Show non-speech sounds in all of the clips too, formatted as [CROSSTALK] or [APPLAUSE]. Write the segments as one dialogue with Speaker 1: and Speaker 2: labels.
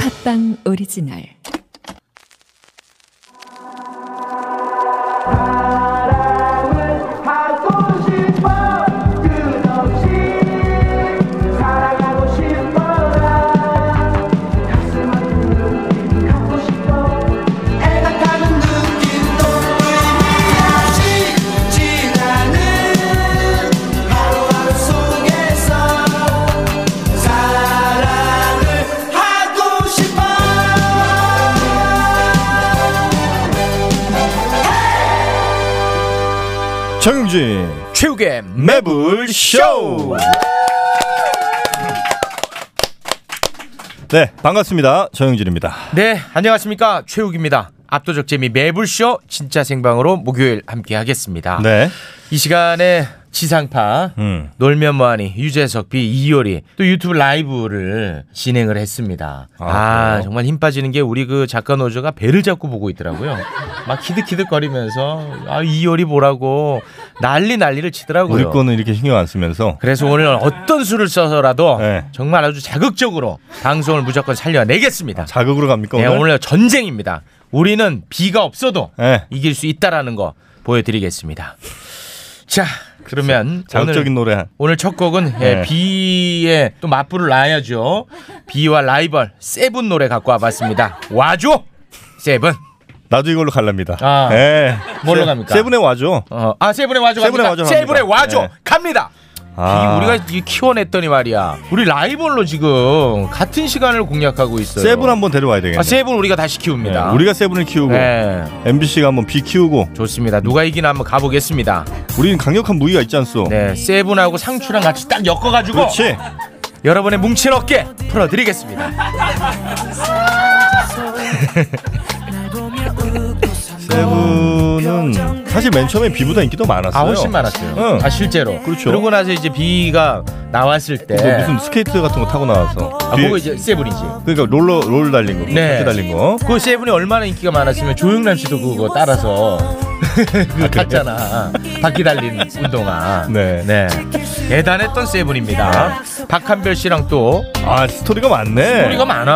Speaker 1: 팟빵 오리지널
Speaker 2: 사랑을 받고 싶어 끝없이 사랑하고 싶어라 가슴을 눈빛 갖고 싶어 애틋하는 눈빛도 의미없이 지나는 하루하루 속에서 사랑을 하고 싶어
Speaker 3: 정영진
Speaker 4: 최욱의
Speaker 3: 매불 쇼. 네 반갑습니다 정영진입니다.
Speaker 4: 네 안녕하십니까 최욱입니다 압도적 재미 매불쇼 진짜 생방으로 목요일 함께 하겠습니다
Speaker 3: 네.
Speaker 4: 이 시간에 지상파
Speaker 3: 음.
Speaker 4: 놀면 뭐하니 유재석 비 이효리 또 유튜브 라이브를 진행을 했습니다 아,
Speaker 3: 아, 그래요?
Speaker 4: 정말 힘 빠지는 게 우리 그 작가 노조가 배를 잡고 보고 있더라고요 막 키득키득거리면서 아 이효리 보라고 난리 난리를 치더라고요
Speaker 3: 우리 그 거는 이렇게 신경 안 쓰면서
Speaker 4: 그래서 오늘 어떤 수를 써서라도
Speaker 3: 네.
Speaker 4: 정말 아주 자극적으로 방송을 무조건 살려내겠습니다.
Speaker 3: 자극으로 갑니까
Speaker 4: 네,
Speaker 3: 오늘?
Speaker 4: 오늘 전쟁입니다. 우리는 비가 없어도
Speaker 3: 네.
Speaker 4: 이길 수 있다라는 거 보여드리겠습니다. 자, 그러면
Speaker 3: 자극적인
Speaker 4: 오늘,
Speaker 3: 노래 한.
Speaker 4: 오늘 첫 곡은 예,
Speaker 3: 네.
Speaker 4: 비에 또 맞불을 놔야죠. 비와 라이벌 세븐 노래 갖고 와봤습니다. 와줘 세븐은.
Speaker 3: 나도 이걸로 갈랍니다.
Speaker 4: 아,
Speaker 3: 예.
Speaker 4: 뭘로
Speaker 3: 세-
Speaker 4: 갑니까?
Speaker 3: 세븐에 와줘.
Speaker 4: 어, 아 세븐의 와줘
Speaker 3: 세븐의
Speaker 4: 갑니다.
Speaker 3: 와줘
Speaker 4: 세븐의
Speaker 3: 갑니다.
Speaker 4: 와줘
Speaker 3: 네.
Speaker 4: 갑니다.
Speaker 3: 아.
Speaker 4: 이 우리가 이 키워냈더니 말이야. 우리 라이벌로 지금 같은 시간을 공략하고 있어요.
Speaker 3: 세븐 한번 데려와야 되겠네.
Speaker 4: 아, 세븐 우리가 다시
Speaker 3: 네,
Speaker 4: 키웁니다.
Speaker 3: 우리가 세븐을 키우고
Speaker 4: 네,
Speaker 3: MBC가 한번 비 키우고
Speaker 4: 좋습니다. 누가 이기나 한번 가보겠습니다.
Speaker 3: 우리는 강력한 무기가 있지 않소?
Speaker 4: 네, 세븐하고 상추랑 같이 딱 엮어가지고
Speaker 3: 그렇지.
Speaker 4: 여러분의 뭉친 어깨
Speaker 3: 아,
Speaker 4: 풀어드리겠습니다.
Speaker 3: 세븐은 사실 맨 처음에 비보다 인기도 많았어요.
Speaker 4: 아 훨씬 많았어요.
Speaker 3: 응.
Speaker 4: 아 실제로.
Speaker 3: 그렇죠.
Speaker 4: 그러고 나서 이제 비가 나왔을 때
Speaker 3: 뭐 무슨 스케이트 같은 거 타고 나와서.
Speaker 4: 네. 아
Speaker 3: 뒤에-
Speaker 4: 그거 이제 세븐이지.
Speaker 3: 그러니까 롤러 롤 달린 거,
Speaker 4: 네.
Speaker 3: 네. 달린 거.
Speaker 4: 그 세븐이 얼마나 인기가 많았으면 조영남 씨도 그거 따라서 [LAUGHS]
Speaker 3: 아,
Speaker 4: 그거 탔잖아. 바퀴 달린 운동화.
Speaker 3: 네.
Speaker 4: 대단했던 세븐입니다. 박한별 씨랑 또
Speaker 3: 아 스토리가 많네.
Speaker 4: 우리가 많아.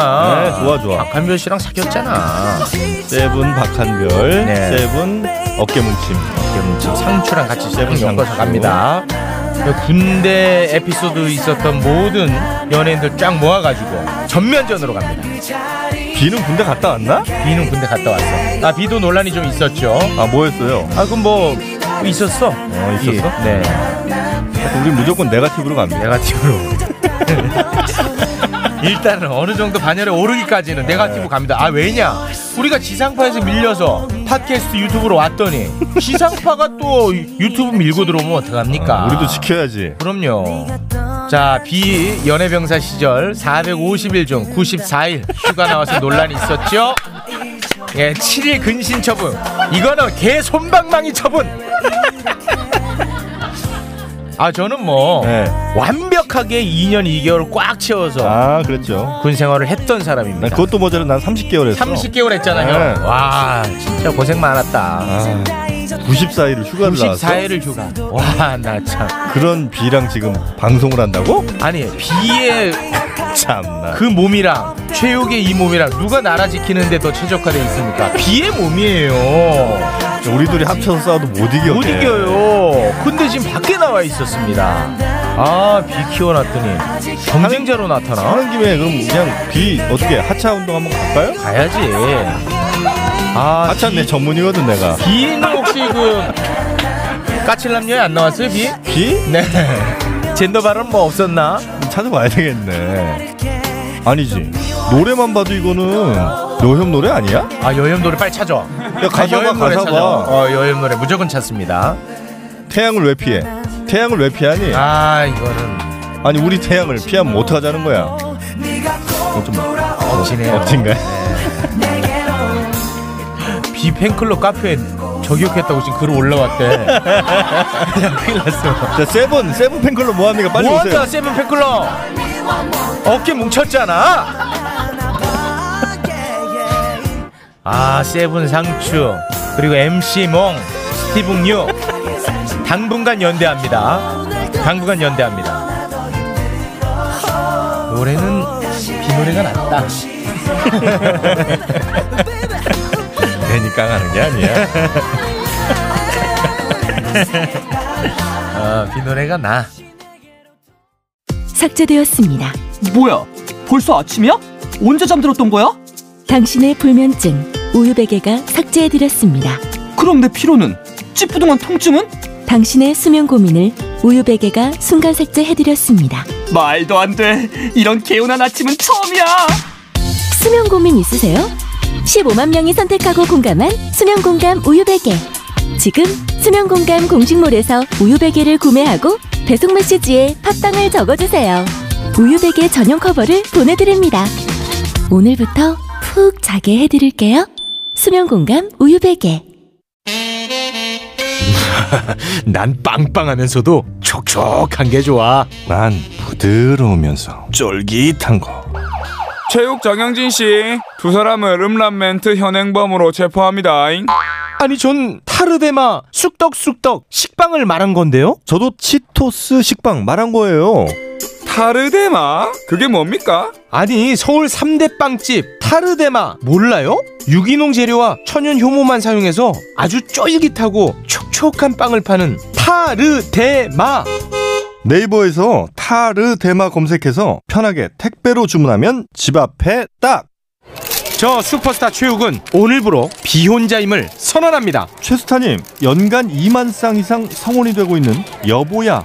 Speaker 3: 네, 좋아, 좋아.
Speaker 4: 박한별 씨랑 사귀었잖아.
Speaker 3: 세븐 박한별,
Speaker 4: 네.
Speaker 3: 세븐 어깨 뭉침.
Speaker 4: 지금 지금 상추랑 같이 세븐
Speaker 3: 상추.
Speaker 4: 엮어서 갑니다. 그 군대 에피소드 있었던 모든 연예인들 쫙 모아가지고 전면전으로 갑니다.
Speaker 3: 비는 군대 갔다 왔나?
Speaker 4: 비는 군대 갔다 왔어. 아 비도 논란이 좀 있었죠.
Speaker 3: 아 뭐였어요?
Speaker 4: 아 그럼 뭐 있었어?
Speaker 3: 어, 있었어?
Speaker 4: 네.
Speaker 3: 우리 무조건 네가티브로 갑니다.
Speaker 4: 네가티브로. [LAUGHS] 일단은 어느 정도 반열에 오르기까지는 네가티브 갑니다. 아 왜냐? 우리가 지상파에서 밀려서 팟캐스트
Speaker 3: [LAUGHS]
Speaker 4: 유튜브로 왔더니 지상파가 또 유튜브 밀고 들어오면 어떡합니까?
Speaker 3: 아, 우리도 지켜야지.
Speaker 4: 그럼요. 자, 비 연애병사 시절 450일 중 94일 휴가 나와서 논란이 있었죠. 예, 7일 근신 처분. 이거는 개 손방망이 처분. 아, 저는 뭐
Speaker 3: 네.
Speaker 4: 완벽하게 2년 2개월 꽉 채워서
Speaker 3: 아 그랬죠.
Speaker 4: 군 생활을 했던
Speaker 3: 난
Speaker 4: 사람입니다.
Speaker 3: 그것도 모자라 난 30개월 했어.
Speaker 4: 30개월 했잖아요.
Speaker 3: 네.
Speaker 4: 와, 진짜 고생 많았다.
Speaker 3: 아, 94일을 휴가를 나왔어.
Speaker 4: 94일을 휴가. 와, 나 참.
Speaker 3: 그런 비랑 지금 방송을 한다고?
Speaker 4: 아니, 비에
Speaker 3: 참나.
Speaker 4: 그 몸이랑 최욱의 이 몸이랑 누가 나라 지키는데 더 최적화돼 있습니까? 비의 몸이에요.
Speaker 3: 우리 둘이 합쳐서 싸워도 못 이겨.
Speaker 4: 그 못 이겨요. 근데 지금 밖에 나와 있었습니다. 아, 비 키워놨더니 경쟁자로 나타나?
Speaker 3: 하는 김에 그럼 그냥 비 어떻게 하차 운동 한번 갈까요?
Speaker 4: 가야지. 아,
Speaker 3: 하차 내 전문이거든 내가.
Speaker 4: 비는 혹시 그 까칠남녀에 안 나왔어요, 비?
Speaker 3: 비?
Speaker 4: 네. 젠더 발언 뭐 없었나?
Speaker 3: 찾아봐야 되겠네. 아니지. 노래만 봐도 이거는 노형 노래 아니야?
Speaker 4: 아, 여염 노래 빨리 찾아. 야,
Speaker 3: 가사 봐, 가사
Speaker 4: 찾아.
Speaker 3: 봐.
Speaker 4: 어, 여염 노래 무조건 찾습니다.
Speaker 3: 태양을 왜 피해? 태양을 왜 피하니?
Speaker 4: 아, 이거는.
Speaker 3: 아니 우리 태양을 피하면 어떡하자는 거야? 이거 좀
Speaker 4: 억지네요.
Speaker 3: 억진가요?
Speaker 4: 비 팬클럽 카페에 저격했다고 지금 글 올라왔대. [LAUGHS] 그냥 큰일 났어.
Speaker 3: 자 세븐 세븐 팬클럽 뭐합니까? 빨리
Speaker 4: 뭐한다
Speaker 3: 오세요.
Speaker 4: 세븐 팬클럽. 그러니까 어깨 뭉쳤잖아. 아 세븐 상추 그리고 MC 몽 스티븐 유 당분간 연대합니다. 당분간 연대합니다. [LAUGHS] 노래는 비 노래가 낫다.
Speaker 3: 괜히 깡하는 게
Speaker 4: [LAUGHS]
Speaker 3: 아니야.
Speaker 4: 어, 이 노래가 나.
Speaker 1: 삭제되었습니다.
Speaker 5: 뭐야? 벌써 아침이야? 언제 잠들었던 거야?
Speaker 1: 당신의 불면증 우유베개가 삭제해드렸습니다.
Speaker 5: 그럼 내 피로는? 찌뿌둥한 통증은?
Speaker 1: 당신의 수면 고민을 우유베개가 순간 삭제해드렸습니다.
Speaker 5: 말도 안 돼. 이런 개운한 아침은 처음이야.
Speaker 1: 수면 고민 있으세요? 15만 명이 선택하고 공감한 수면 공감 우유베개. 지금 수면 공감 공식몰에서 우유베개를 구매하고 배송 메시지에 팟빵을 적어주세요. 우유베개 전용 커버를 보내드립니다. 오늘부터 푹 자게 해드릴게요. 수면 공감 우유베개.
Speaker 4: 난 빵빵하면서도 촉촉한 게 좋아.
Speaker 3: 난 부드러우면서 쫄깃한 거.
Speaker 6: 체육 정영진 씨, 두 사람을 음란멘트 현행범으로 체포합니다.
Speaker 7: 네,
Speaker 4: 아니 전 타르데마 쑥떡쑥떡 식빵을 말한 건데요.
Speaker 3: 저도 치토스 식빵 말한 거예요.
Speaker 6: 타르데마? 그게 뭡니까?
Speaker 4: 아니 서울 3대 빵집 타르데마 몰라요? 유기농 재료와 천연 효모만 사용해서 아주 쫄깃하고 촉촉한 빵을 파는 타르데마
Speaker 3: 네이버에서 타르데마 검색해서 편하게 택배로 주문하면 집 앞에 딱.
Speaker 4: 저 슈퍼스타 최욱은 오늘부로 비혼자임을 선언합니다
Speaker 3: 최수타님 연간 2만 쌍 이상 성원이 되고 있는 여보야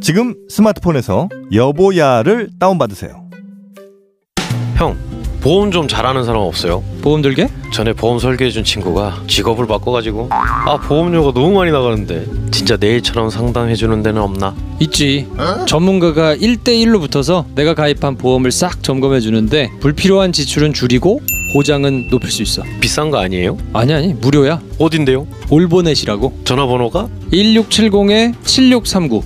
Speaker 3: 지금 스마트폰에서 여보야를 다운받으세요.
Speaker 8: 형 보험 좀 잘하는 사람 없어요?
Speaker 9: 보험 들게?
Speaker 8: 전에 보험 설계해준 친구가 직업을 바꿔가지고 아 보험료가 너무 많이 나가는데 진짜 내일처럼 상담해주는 데는 없나?
Speaker 9: 있지. 전문가가 1대1로 붙어서 내가 가입한 보험을 싹 점검해 주는데 불필요한 지출은 줄이고 보장은 높일 수 있어.
Speaker 8: 비싼 거 아니에요?
Speaker 9: 아니 아니 무료야.
Speaker 8: 어딘데요?
Speaker 9: 올보넷이라고.
Speaker 8: 전화번호가
Speaker 9: 1670-7639.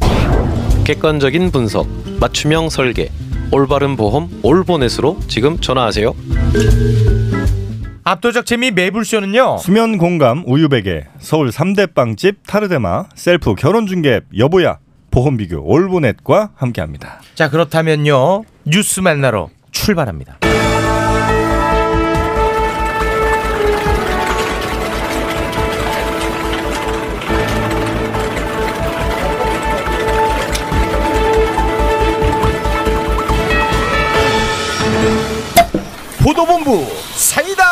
Speaker 8: 객관적인 분석 맞춤형 설계 올바른 보험 올보넷으로 지금 전화하세요
Speaker 4: 압도적 재미 매불쇼는요
Speaker 3: 수면 공감 우유베개 서울 3대 빵집 타르데마 셀프 결혼중개 여보야 보험 비교 올보넷과 함께합니다.
Speaker 4: 자 그렇다면요 뉴스 만나러 출발합니다. 보도본부 사이다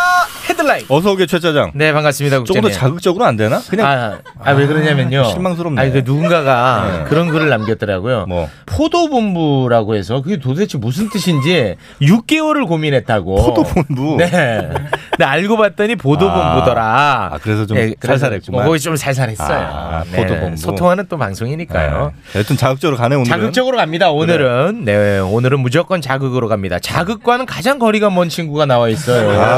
Speaker 4: 헤드라인.
Speaker 3: 어서 오게 최 짜장.
Speaker 4: 네 반갑습니다.
Speaker 3: 조금 더
Speaker 4: 국장님.
Speaker 3: 자극적으로 안 되나? 그냥
Speaker 4: 아, 아, 왜 그러냐면요.
Speaker 3: 네. 실망스럽네.
Speaker 4: 아니, 그 누군가가
Speaker 3: 네.
Speaker 4: 그런 글을 남겼더라고요.
Speaker 3: 뭐.
Speaker 4: 포도본부라고 해서 그게 도대체 무슨 뜻인지 6개월을 고민했다고.
Speaker 3: 포도본부.
Speaker 4: 네. 근데 알고 봤더니 보도본부더라.
Speaker 3: 아, 그래서 좀 살살했구만.
Speaker 4: 뭐, 거기 좀 살살했어요.
Speaker 3: 아,
Speaker 4: 네.
Speaker 3: 포도본부.
Speaker 4: 소통하는 또 방송이니까요.
Speaker 3: 네. 여튼 자극적으로 가네 오늘은.
Speaker 4: 자극적으로 갑니다. 오늘은 네 오늘은 무조건 자극으로 갑니다. 자극과는 가장 거리가 먼 친구가 나와 있어요.
Speaker 3: 아.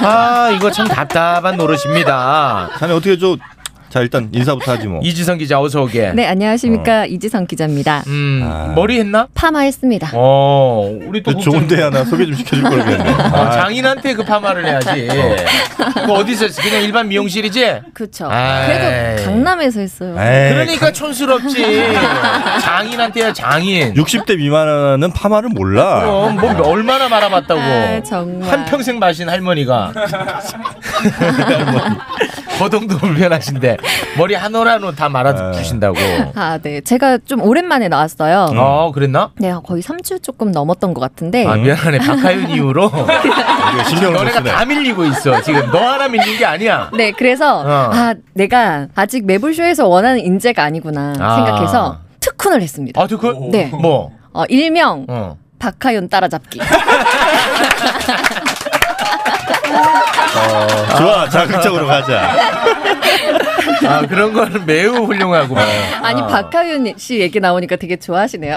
Speaker 4: 아 이거 참 답답한 노릇입니다.
Speaker 3: 자네 어떻게 저. 자 일단 인사부터 하지 뭐.
Speaker 4: 이지성 기자 어서 오게.
Speaker 10: 네, 안녕하십니까. 이지성 기자입니다.
Speaker 4: 어. 음,
Speaker 3: 아.
Speaker 4: 머리 했나?
Speaker 10: 파마했습니다.
Speaker 4: 어, 우리 또
Speaker 3: 그 좋은 데 하나 소개 좀 시켜줄 걸 그랬네.
Speaker 4: 걱정- 어,
Speaker 3: 아,
Speaker 4: 장인한테 그 파마를 해야지. 그거 어디서 했어? 그냥 일반 미용실이지?
Speaker 10: 그쵸.
Speaker 4: 아이. 예.
Speaker 10: 그래도 강남에서 했어요.
Speaker 3: 에이,
Speaker 4: 그러니까 촌스럽지. 장인한테야 장인.
Speaker 3: 60대 미만은 파마를 몰라.
Speaker 4: 그럼 뭐 얼마나 말아봤다고.
Speaker 10: 아, 정말.
Speaker 4: 한 평생 마신
Speaker 3: [LAUGHS]
Speaker 4: 할머니가 거동도 불편하신데 머리 한 올 한 올 다 말아 주신다고.
Speaker 10: 아, 네. 제가 좀 오랜만에
Speaker 3: 아.
Speaker 10: 나왔어요.
Speaker 4: 어 그랬나?
Speaker 10: 네, 거의 3주 조금 넘었던 것 같은데.
Speaker 4: 아 미안하네 박하윤 이후로
Speaker 10: [LAUGHS]
Speaker 3: 이게 신경을 못
Speaker 4: 아, 너네가
Speaker 3: 쓰네.
Speaker 4: 다 밀리고 있어 지금 너 하나 밀린 게 아니야.
Speaker 10: 네, 그래서,
Speaker 4: 어.
Speaker 10: 아, 내가 아직 매불쇼에서 원하는 인재가 아니구나
Speaker 4: 아.
Speaker 10: 생각해서 특훈을 했습니다.
Speaker 4: 아저 그
Speaker 10: 네.
Speaker 4: 뭐?
Speaker 10: 어, 일명,
Speaker 4: 어.
Speaker 10: 박하윤
Speaker 4: [LAUGHS]
Speaker 10: 따라잡기.
Speaker 3: 어, 좋아 자극적으로 가자.
Speaker 4: 아 그런 거는 [LAUGHS] 매우 훌륭하고 음,
Speaker 10: 아니, 박하윤 씨 얘기 나오니까 되게 좋아하시네요.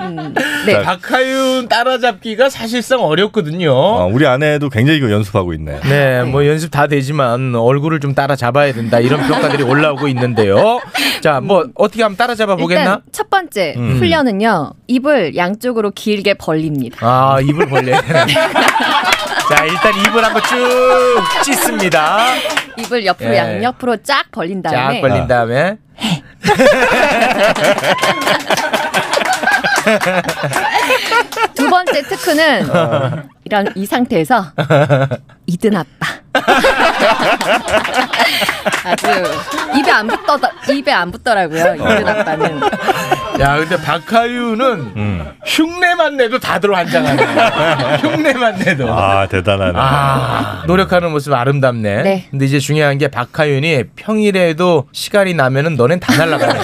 Speaker 10: 음, 네.
Speaker 4: 박하윤 따라잡기가 사실상 어렵거든요.
Speaker 3: 어, 우리 아내도 굉장히 이거 연습하고 있네.
Speaker 4: 네, 뭐 연습 다 되지만 얼굴을 좀 따라잡아야 된다 이런
Speaker 10: [LAUGHS]
Speaker 4: 평가들이 올라오고 있는데요. 자, 뭐 어떻게 하면 따라잡아 보겠나?
Speaker 10: [LAUGHS]
Speaker 4: 음.
Speaker 10: 일단 첫 번째 훈련은요. 입을 양쪽으로 길게 벌립니다.
Speaker 4: 아, 입을 벌려야 되네. [LAUGHS] 자, 일단 입을 한번 쭉 찢습니다.
Speaker 10: 입을 옆으로
Speaker 4: 예.
Speaker 10: 양옆으로 쫙 벌린
Speaker 4: 쫙
Speaker 10: 다음에
Speaker 4: 벌린 다음에
Speaker 10: 두 번째 특훈은
Speaker 4: 어.
Speaker 10: 이런 이 상태에서 이든
Speaker 4: [LAUGHS]
Speaker 10: 아빠 아주 입에 안 붙더 입에 안 붙더라고요
Speaker 4: 어.
Speaker 10: 이든 아빠는
Speaker 4: 야, 근데 박하윤은
Speaker 3: 음.
Speaker 4: 흉내만 내도 다들 환장하네. 흉내만 내도.
Speaker 3: 아 대단하네.
Speaker 4: 아, 노력하는 모습 아름답네.
Speaker 10: 네.
Speaker 4: 근데 이제 중요한 게 박하윤이 평일에도 시간이 나면은 너넨 다 날라가네.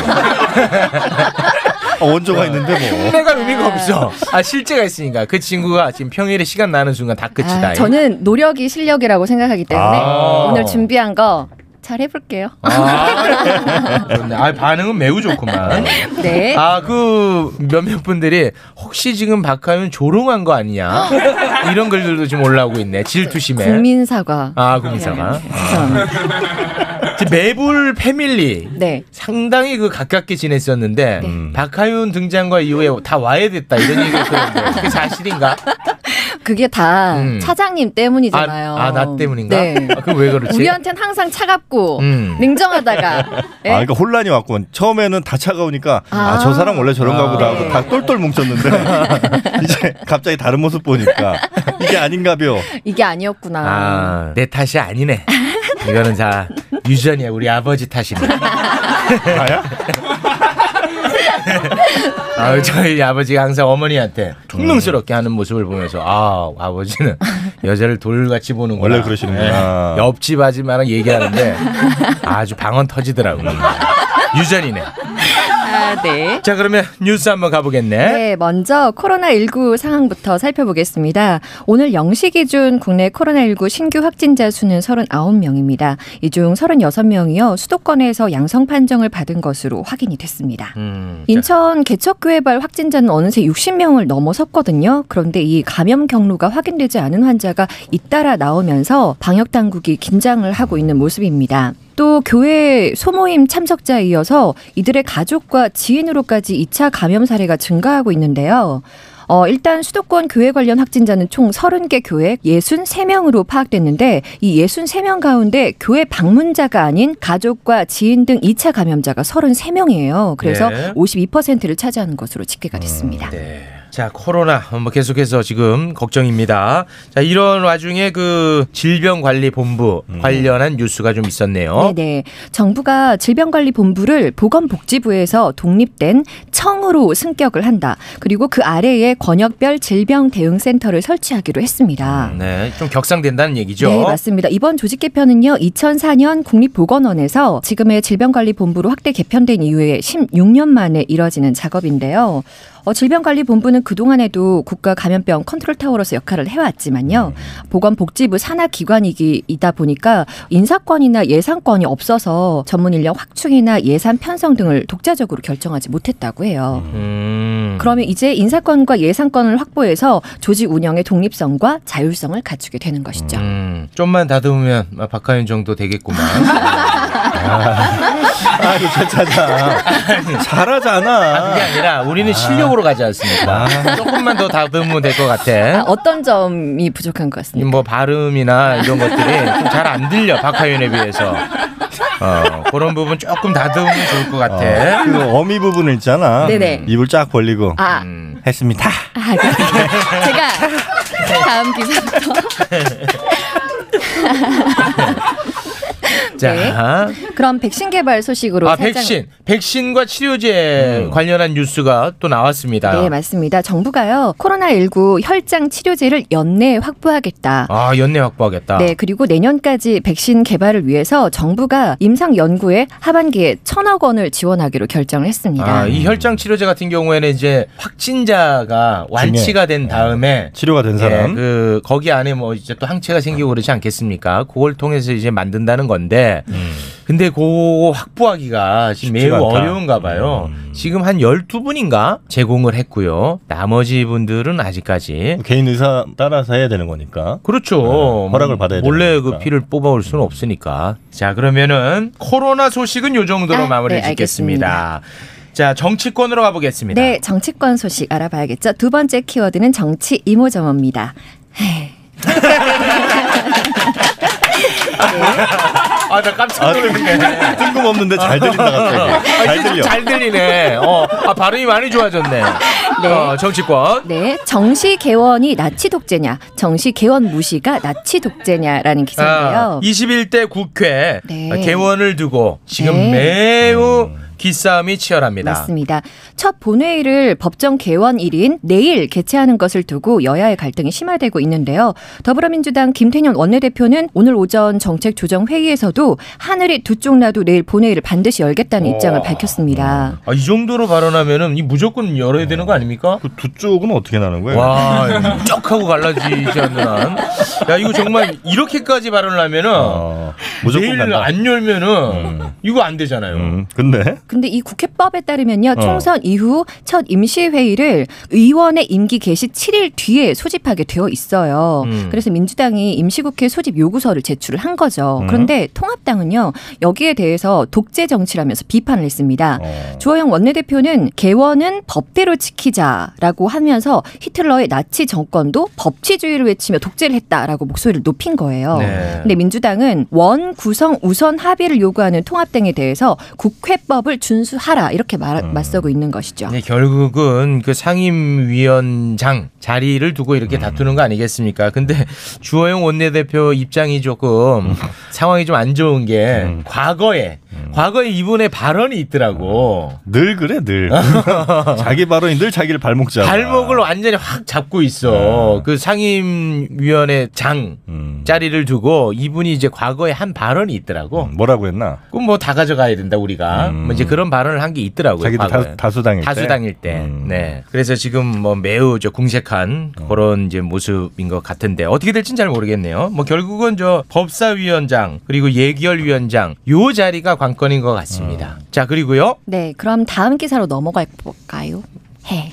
Speaker 3: 어, 원조가 있는데 뭐.
Speaker 4: 흉내가 의미가 없어. 아, 실제가 있으니까. 그 친구가 지금 평일에 시간 나는 순간 다 끝이다.
Speaker 10: 아, 저는 노력이 실력이라고 생각하기 때문에
Speaker 3: 아.
Speaker 10: 오늘 준비한 거 잘 해볼게요
Speaker 4: 아, 그렇네. 아, 반응은 매우 좋구만.
Speaker 10: 네
Speaker 4: 아, 그 몇몇 분들이 혹시 지금 박하윤 조롱한 거
Speaker 10: [LAUGHS]
Speaker 4: 아니냐? 이런 글들도 지금 올라오고 있네. 아. 질투심에.
Speaker 10: 국민 사과
Speaker 4: 아, 국민사가.
Speaker 10: 죄송합니다.
Speaker 4: 지금 매불 패밀리.
Speaker 10: 네
Speaker 4: 상당히 그 가깝게 지냈었는데 음. 박하윤 등장과 이후에 다 와야 됐다 이런 얘기를 들었는데
Speaker 10: [LAUGHS]
Speaker 4: 그게 사실인가?
Speaker 10: 그게 다
Speaker 4: 음.
Speaker 10: 차장님 때문이잖아요
Speaker 4: 아, 아, 나 때문인가?
Speaker 10: 네.
Speaker 4: 아, 그럼 왜 그러지?
Speaker 10: 우리한텐 항상 차갑고
Speaker 4: 음. [LAUGHS]
Speaker 10: 냉정하다가 예?
Speaker 3: 아, 그러니까 혼란이 왔고 처음에는 다 차가우니까 아,
Speaker 10: 아. 네.
Speaker 3: 저 사람 원래 저런가
Speaker 4: 아.
Speaker 3: 보다 하고 다 똘똘 뭉쳤는데 [LAUGHS] 이제 갑자기 다른 모습 보니까 이게 아닌가벼.
Speaker 10: 이게 아니었구나
Speaker 4: 아, 내 탓이 아니네. 이거는 다 유전이야. 우리 아버지
Speaker 10: [LAUGHS]
Speaker 4: 탓이네.
Speaker 3: 나야?
Speaker 4: 아, 저희 아버지가 항상 어머니한테 퉁명스럽게 하는 모습을 보면서 아 아버지는 여자를 돌같이 보는 거야.
Speaker 3: 원래 그러시는구나.
Speaker 4: 옆집 아줌마랑 얘기하는데 아주 방언 터지더라고요. 유전이네.
Speaker 10: 아, 네.
Speaker 4: 자 그러면 뉴스 한번 가보겠네.
Speaker 10: 네, 먼저 코로나19 상황부터 살펴보겠습니다. 오늘 0시 기준 국내 코로나19 신규 확진자 수는 39명입니다. 이 중 36명이요. 수도권에서 양성 판정을 받은 것으로 확인이 됐습니다.
Speaker 4: 음, 자,
Speaker 10: 인천 개척교회발 확진자는 어느새 60명을 넘어섰거든요. 그런데 이 감염 경로가 확인되지 않은 환자가 잇따라 나오면서 방역 당국이 긴장을 하고 있는 모습입니다. 또 교회 소모임 참석자에 이어서 이들의 가족과 지인으로까지 2차 감염 사례가 증가하고 있는데요. 어, 일단 수도권 교회 관련 확진자는 총 30개 교회 63명으로 파악됐는데 이 63명 가운데 교회 방문자가 아닌 가족과 지인 등 2차 감염자가 33명이에요. 그래서
Speaker 4: 예.
Speaker 10: 52%를 차지하는 것으로 집계가 됐습니다.
Speaker 4: 네. 자 코로나 뭐 계속해서 지금 걱정입니다. 자 이런 와중에 그 질병관리본부 관련한 뉴스가 좀 있었네요.
Speaker 10: 네네. 정부가 질병관리본부를 보건복지부에서 독립된 청으로 승격을 한다. 그리고 그 아래에 권역별 질병대응센터를 설치하기로 했습니다.
Speaker 4: 네, 좀 격상된다는 얘기죠.
Speaker 10: 네, 맞습니다. 이번 조직 개편은요, 2004년 국립보건원에서 지금의 질병관리본부로 확대 개편된 이후에 16년 만에 이뤄지는 작업인데요. 어, 질병관리본부는 그동안에도 국가 감염병 컨트롤타워로서 역할을
Speaker 4: 네.
Speaker 10: 해왔지만요. 보건복지부 산하 기관이기이다 보니까 인사권이나 예산권이 없어서 전문 인력 확충이나 예산 편성 등을 독자적으로 결정하지 못했다고 해요.
Speaker 4: 음.
Speaker 10: 그러면 이제 인사권과 예산권을 확보해서 조직 운영의 독립성과 자율성을 갖추게 되는 것이죠.
Speaker 4: 음, 좀만 다듬으면 아, 박하윤 정도 되겠구만.
Speaker 3: 아니 저 찾아. 잘하잖아.
Speaker 4: 그게 아니라 우리는 실력으로 가지 않습니까? 조금만 더 다듬으면 될 것
Speaker 10: 아,
Speaker 4: 같아.
Speaker 10: 어떤 점이 부족한 것
Speaker 4: 이
Speaker 10: 같습니다.
Speaker 4: 뭐 발음이나 이런
Speaker 10: [LAUGHS]
Speaker 4: 것들이 잘 안 들려 박하윤에 비해서. 어, 그런 부분 조금 다듬으면 좋을 것 같아.
Speaker 3: 어, 그 어미 부분 있잖아.
Speaker 10: 네네.
Speaker 3: 입을 쫙 벌리고
Speaker 10: 아,
Speaker 4: 음.
Speaker 3: 했습니다.
Speaker 10: 아 네. 제가 다음 기사부터
Speaker 4: 자,
Speaker 10: 네. 그럼 백신 개발 소식으로
Speaker 4: 아
Speaker 10: 살짝 음.
Speaker 4: 백신, 백신과 치료제 관련한 뉴스가 또 나왔습니다.
Speaker 10: 네, 맞습니다. 정부가요. 코로나19 혈장 치료제를 연내 확보하겠다.
Speaker 4: 아 연내 확보하겠다.
Speaker 10: 네, 그리고 내년까지 백신 개발을 위해서 정부가 임상 연구에 하반기에 천억 원을 지원하기로 결정을 했습니다.
Speaker 4: 아, 이 혈장 치료제 같은 경우에는 이제 확진자가 완치가
Speaker 10: 네.
Speaker 4: 된 다음에
Speaker 3: 치료가 된
Speaker 4: 네,
Speaker 3: 사람.
Speaker 4: 예, 그 거기 안에 뭐 이제 또 항체가 생기고 그러지 않겠습니까? 그걸 통해서 이제 만든다는 건데 있는데
Speaker 11: 음.
Speaker 4: 근데 그거 확보하기가 지금 매우
Speaker 3: 쉽지가 않다.
Speaker 4: 어려운가 봐요.
Speaker 11: 음.
Speaker 4: 지금 한 12분인가 제공을 했고요. 나머지 분들은 아직까지
Speaker 11: 개인 의사 따라서 해야 되는 거니까.
Speaker 4: 그렇죠.
Speaker 11: 네, 허락을 받아야 되는
Speaker 4: 원래 그
Speaker 11: 거니까.
Speaker 4: 피를 뽑아올 수는 없으니까. 자, 그러면은 코로나 소식은 요 정도로
Speaker 10: 아,
Speaker 4: 마무리
Speaker 10: 네,
Speaker 4: 짓겠습니다. 자, 정치권으로 가보겠습니다.
Speaker 10: 네, 정치권 소식 알아봐야겠죠. 두 번째 키워드는 정치 이모저모입니다.
Speaker 4: 아, 나 깜짝
Speaker 11: 아,
Speaker 4: 놀랐네. 아,
Speaker 11: 뜬금없는데 잘 들린다 갑자기. 잘 들려.
Speaker 4: 잘 들리네. 어, 아, 발음이 많이 좋아졌네. 어, 정치권.
Speaker 10: 네, 정시 개원이 나치 독재냐, 정시 개원 무시가 나치 독재냐라는
Speaker 4: 아,
Speaker 10: 기사인데요.
Speaker 4: 21대 국회 아,
Speaker 10: 네.
Speaker 4: 개원을 두고 지금
Speaker 10: 네.
Speaker 4: 매우
Speaker 11: 음.
Speaker 4: 기싸움이 치열합니다.
Speaker 10: 맞습니다. 첫 본회의를 법정 개원일인 내일 개최하는 것을 두고 여야의 갈등이 심화되고 있는데요. 더불어민주당 김태년 원내대표는 오늘 오전 정책조정회의에서도 하늘이 두 쪽 나도 내일 본회의를 반드시 열겠다는 입장을
Speaker 4: 어.
Speaker 10: 밝혔습니다.
Speaker 4: 아, 이 정도로 발언하면은 이 무조건 열어야 되는 거 아닙니까?
Speaker 11: 그 두 쪽은 어떻게 나는 거예요?
Speaker 4: 와, 쩍 하고 갈라지지 않는 한. 야, 이거 정말 이렇게까지 발언을 하면은
Speaker 3: 아,
Speaker 11: 어, 무조건
Speaker 4: 내일
Speaker 11: 간다.
Speaker 4: 안 열면은 이거 안 되잖아요.
Speaker 11: 음, 근데
Speaker 10: 근데 이 국회법에 따르면요
Speaker 4: 어.
Speaker 10: 총선 이후 첫 임시회의를 의원의 임기 개시 7일 뒤에 소집하게 되어 있어요.
Speaker 4: 음.
Speaker 10: 그래서 민주당이 임시국회 소집 요구서를 제출을 한 거죠.
Speaker 4: 음.
Speaker 10: 그런데 통합당은요 여기에 대해서 독재 정치라면서 비판을 했습니다.
Speaker 11: 어.
Speaker 10: 주호영 원내대표는 개원은 법대로 지키자라고 하면서 히틀러의 나치 정권도 법치주의를 외치며 독재를 했다라고 목소리를 높인 거예요.
Speaker 4: 네.
Speaker 10: 근데 민주당은 원 구성 우선 합의를 요구하는 통합당에 대해서 국회법을 준수하라 이렇게 말, 맞서고 있는 것이죠.
Speaker 4: 음. 네, 결국은 그 상임위원장 자리를 두고
Speaker 11: 음.
Speaker 4: 이렇게 다투는 거 아니겠습니까? 근데 [LAUGHS] 주호영 원내대표
Speaker 11: [LAUGHS]
Speaker 4: 입장이 조금 상황이 좀 안 좋은 게
Speaker 11: 음.
Speaker 4: 과거에 과거에 이분의 발언이 있더라고.
Speaker 11: 늘 그래
Speaker 4: [LAUGHS]
Speaker 11: 늘. 자기 발언이 늘 자기를 발목 잡아.
Speaker 4: 발목을 완전히 확 잡고 있어. 그 상임위원회 장
Speaker 11: 음.
Speaker 4: 자리를 두고 이분이 이제 과거에 한 발언이 있더라고.
Speaker 11: 음, 뭐라고 했나?
Speaker 4: 그럼 뭐 다 가져가야 된다 우리가.
Speaker 11: 음.
Speaker 4: 뭐 이제 그런 발언을 한 게 있더라고요.
Speaker 11: 자기도
Speaker 4: 과거에.
Speaker 11: 다, 다수당일 때.
Speaker 4: 다수당일 때.
Speaker 11: 음.
Speaker 4: 네. 그래서 지금 뭐 매우 저 궁색한 그런 이제 모습인 것 같은데 어떻게 될진 잘 모르겠네요. 뭐 결국은 저 법사위원장 그리고 예결위원장 요 자리가 관건인 것 같습니다.
Speaker 11: 음.
Speaker 4: 자 그리고요.
Speaker 10: 네, 그럼 다음 기사로 넘어가 볼까요? 해.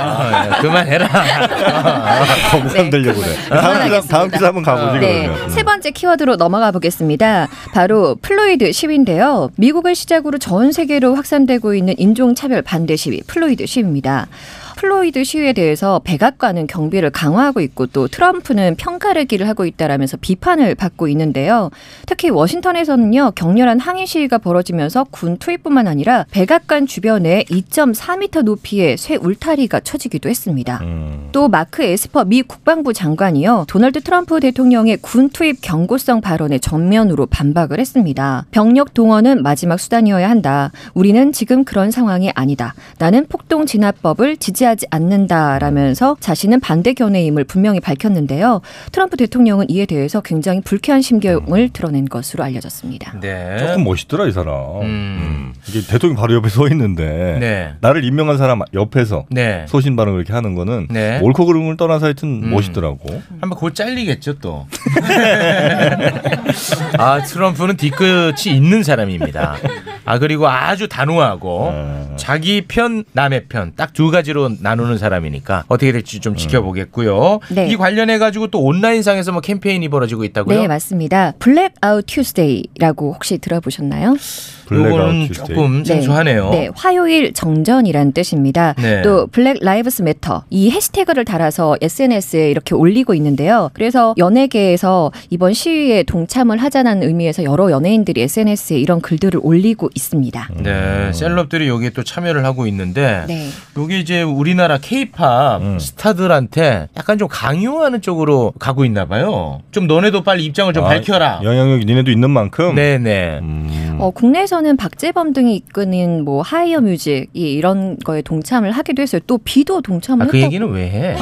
Speaker 4: 아, 그만해라.
Speaker 11: 아, 거기서 안 들려고 그래. 다음 기사
Speaker 10: 네, 그만하겠습니다.
Speaker 11: 다음 기사 한번 가보지
Speaker 10: 네,
Speaker 11: 그러면. 음.
Speaker 10: 세 번째 키워드로 넘어가 보겠습니다. 바로 플로이드 시위인데요. 미국을 시작으로 전 세계로 확산되고 있는 인종차별 반대 시위, 플로이드 시위입니다. 플로이드 시위에 대해서 백악관은 경비를 강화하고 있고 또 트럼프는 평가르기를 하고 있다라면서 비판을 받고 있는데요. 특히 워싱턴에서는요 격렬한 항의 시위가 벌어지면서 군 투입뿐만 아니라 백악관 주변에 2.4m 높이의 쇠 울타리가 쳐지기도 했습니다.
Speaker 11: 음.
Speaker 10: 또 마크 에스퍼 미 국방부 장관이요 도널드 트럼프 대통령의 군 투입 경고성 발언에 정면으로 반박을 했습니다. 병력 동원은 마지막 수단이어야 한다. 우리는 지금 그런 상황이 아니다. 나는 폭동 진압법을 지지하지 않는다라면서 자신은 반대 견해임을 분명히 밝혔는데요. 트럼프 대통령은 이에 대해서 굉장히 불쾌한 심경을 드러낸 것으로 알려졌습니다.
Speaker 4: [LAUGHS] 네.
Speaker 11: 조금 멋있더라 이 사람.
Speaker 4: 음.
Speaker 11: 이게 대통령 바로 옆에 서 있는데
Speaker 4: 네.
Speaker 11: 나를 임명한 사람 옆에서
Speaker 4: 네.
Speaker 11: 소신 발언을 이렇게 하는 거는
Speaker 4: 네.
Speaker 11: 옳고 그름을 떠나서 하여튼
Speaker 4: 음.
Speaker 11: 멋있더라고.
Speaker 4: 한번 곧 잘리겠죠 또. [LAUGHS] 아 트럼프는 뒤끝이 있는 사람입니다. 아 그리고 아주 단호하고 자기 편 남의 편 딱 두 가지로 나누는 사람이니까 어떻게 될지 좀 지켜보겠고요.
Speaker 10: 네.
Speaker 4: 이 관련해 가지고 또 온라인상에서 뭐 캠페인이 벌어지고 있다고요.
Speaker 10: 네 맞습니다. 블랙아웃 튜스데이라고 혹시 들어보셨나요?
Speaker 4: 요거는
Speaker 11: 블랙아웃 튜스데이.
Speaker 4: 조금 생소하네요.
Speaker 10: 네, 화요일 정전이란 뜻입니다.
Speaker 4: 네.
Speaker 10: 또 블랙 라이브스 매터 이 해시태그를 달아서 SNS에 이렇게 올리고 있는데요. 그래서 연예계에서 이번 시위에 동참을 하자는 의미에서 여러 연예인들이 SNS에 이런 글들을 올리고 있습니다.
Speaker 4: 네, 셀럽들이 여기에 또 참여를 하고 있는데
Speaker 10: 네.
Speaker 4: 요게 이제 우리나라 케이팝
Speaker 3: 음.
Speaker 4: 스타들한테 약간 좀 강요하는 쪽으로 가고 있나 봐요. 좀 너네도 빨리 입장을 좀
Speaker 11: 아,
Speaker 4: 밝혀라.
Speaker 11: 영향력이 니네도 있는 만큼.
Speaker 4: 네네.
Speaker 11: 음.
Speaker 10: 어, 국내에서는 박재범 등이 이끄는 뭐 하이어 뮤직 이 이런 거에 동참을 하기도 했어요. 또 비도 동참을
Speaker 4: 아, 그
Speaker 10: 했다고.
Speaker 4: 얘기는 왜 해?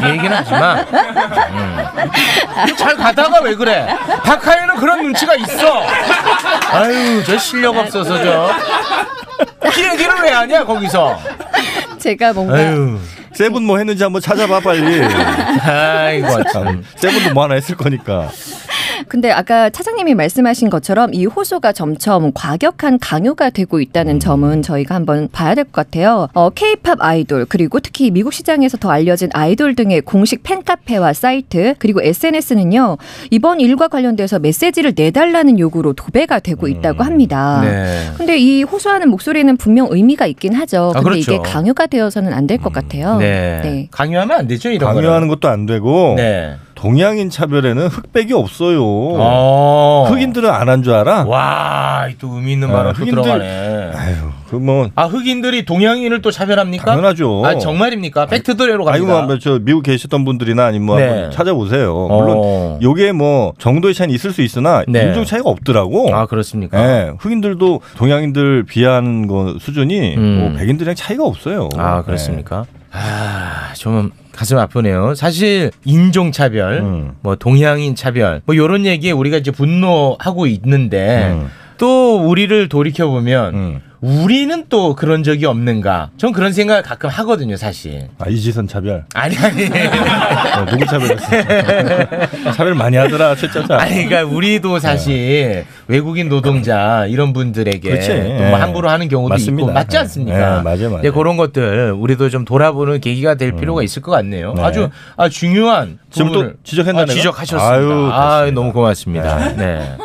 Speaker 4: 그 얘기는 하지 마. 음. 잘 가다가 왜 그래? 박하연은 그런 눈치가 있어. 아유, 저 실력 없어서 저. 그 얘기를 왜 하냐, 거기서.
Speaker 10: [LAUGHS] 제가 뭔가
Speaker 4: 아유.
Speaker 3: 세븐 뭐 했는지 한번 찾아봐 빨리.
Speaker 10: [LAUGHS]
Speaker 4: 아이고
Speaker 3: 참. 세븐도 뭐 하나 했을 거니까.
Speaker 10: 근데 아까 차장님이 말씀하신 것처럼 이 호소가 점점 과격한 강요가 되고 있다는 점은 저희가 한번 봐야 될 것 같아요. 어, K-팝 아이돌 그리고 특히 미국 시장에서 더 알려진 아이돌 등의 공식 팬카페와 사이트 그리고 SNS는요 이번 일과 관련돼서 메시지를 내달라는 요구로 도배가 되고 있다고 합니다.
Speaker 4: 음. 네.
Speaker 10: 근데 이 호소하는 목소리는 분명 의미가 있긴 하죠.
Speaker 4: 아,
Speaker 10: 근데
Speaker 4: 그렇죠.
Speaker 10: 이게 강요가 되어서는 안 될 것 같아요.
Speaker 4: 네. 강요하면 안 되죠 이런
Speaker 3: 강요하는
Speaker 4: 거는.
Speaker 3: 것도 안 되고
Speaker 4: 네.
Speaker 3: 동양인 차별에는 흑백이 없어요.
Speaker 4: 어.
Speaker 3: 흑인들은 안 한 줄 알아?
Speaker 4: [LAUGHS] 와, 또 의미 있는
Speaker 3: 아,
Speaker 4: 말은 또
Speaker 3: 흑인들-
Speaker 4: 들어가네.
Speaker 3: 그뭐
Speaker 4: 아 흑인들이 동양인을 또 차별합니까?
Speaker 3: 당연하죠.
Speaker 4: 아 정말입니까? 팩트대로
Speaker 3: 아이고
Speaker 4: 갑니다.
Speaker 3: 뭐, 저 미국 계셨던 분들이나 아니면 뭐
Speaker 4: 네. 어.
Speaker 3: 한번 찾아보세요. 물론 요게 뭐 정도의 차이는 있을 수 있으나
Speaker 4: 네.
Speaker 3: 인종 차이가 없더라고.
Speaker 4: 아 그렇습니까?
Speaker 3: 예, 흑인들도 동양인들 비하하는 거 수준이
Speaker 4: 음.
Speaker 3: 뭐 백인들이랑 차이가 없어요.
Speaker 4: 아 그렇습니까?
Speaker 3: 네.
Speaker 4: 아, 좀 가슴 아프네요. 사실 인종 차별,
Speaker 3: 음.
Speaker 4: 뭐 동양인 차별, 뭐 요런 얘기에 우리가 이제 분노하고 있는데
Speaker 3: 음.
Speaker 4: 또 우리를 돌이켜 보면 우리는 또 그런 적이 없는가? 전 그런 생각을 가끔 하거든요, 사실.
Speaker 3: 아, 이지선 차별.
Speaker 4: 아니 아니.
Speaker 3: [LAUGHS] 어, 누구 [LAUGHS] 차별했어? 차별 많이 하더라, 최짜자.
Speaker 4: [LAUGHS] 아니, 그러니까 우리도 사실 외국인 노동자 이런 분들에게
Speaker 3: 네. 그렇지.
Speaker 4: 또
Speaker 3: 예.
Speaker 4: 뭐 함부로 하는 경우도
Speaker 3: 맞습니다.
Speaker 4: 있고 맞지
Speaker 3: 예.
Speaker 4: 않습니까?
Speaker 3: 예, 맞아요, 맞아요.
Speaker 4: 네, 그런 것들 우리도 좀 돌아보는 계기가 될 필요가 있을 것 같네요.
Speaker 3: 네.
Speaker 4: 아주 아, 중요한
Speaker 3: 지금 또
Speaker 4: 부분을
Speaker 3: 지적했나,
Speaker 4: 아,
Speaker 3: 내가?
Speaker 4: 지적하셨습니다.
Speaker 3: 아유,
Speaker 4: 아, 너무 고맙습니다. 네.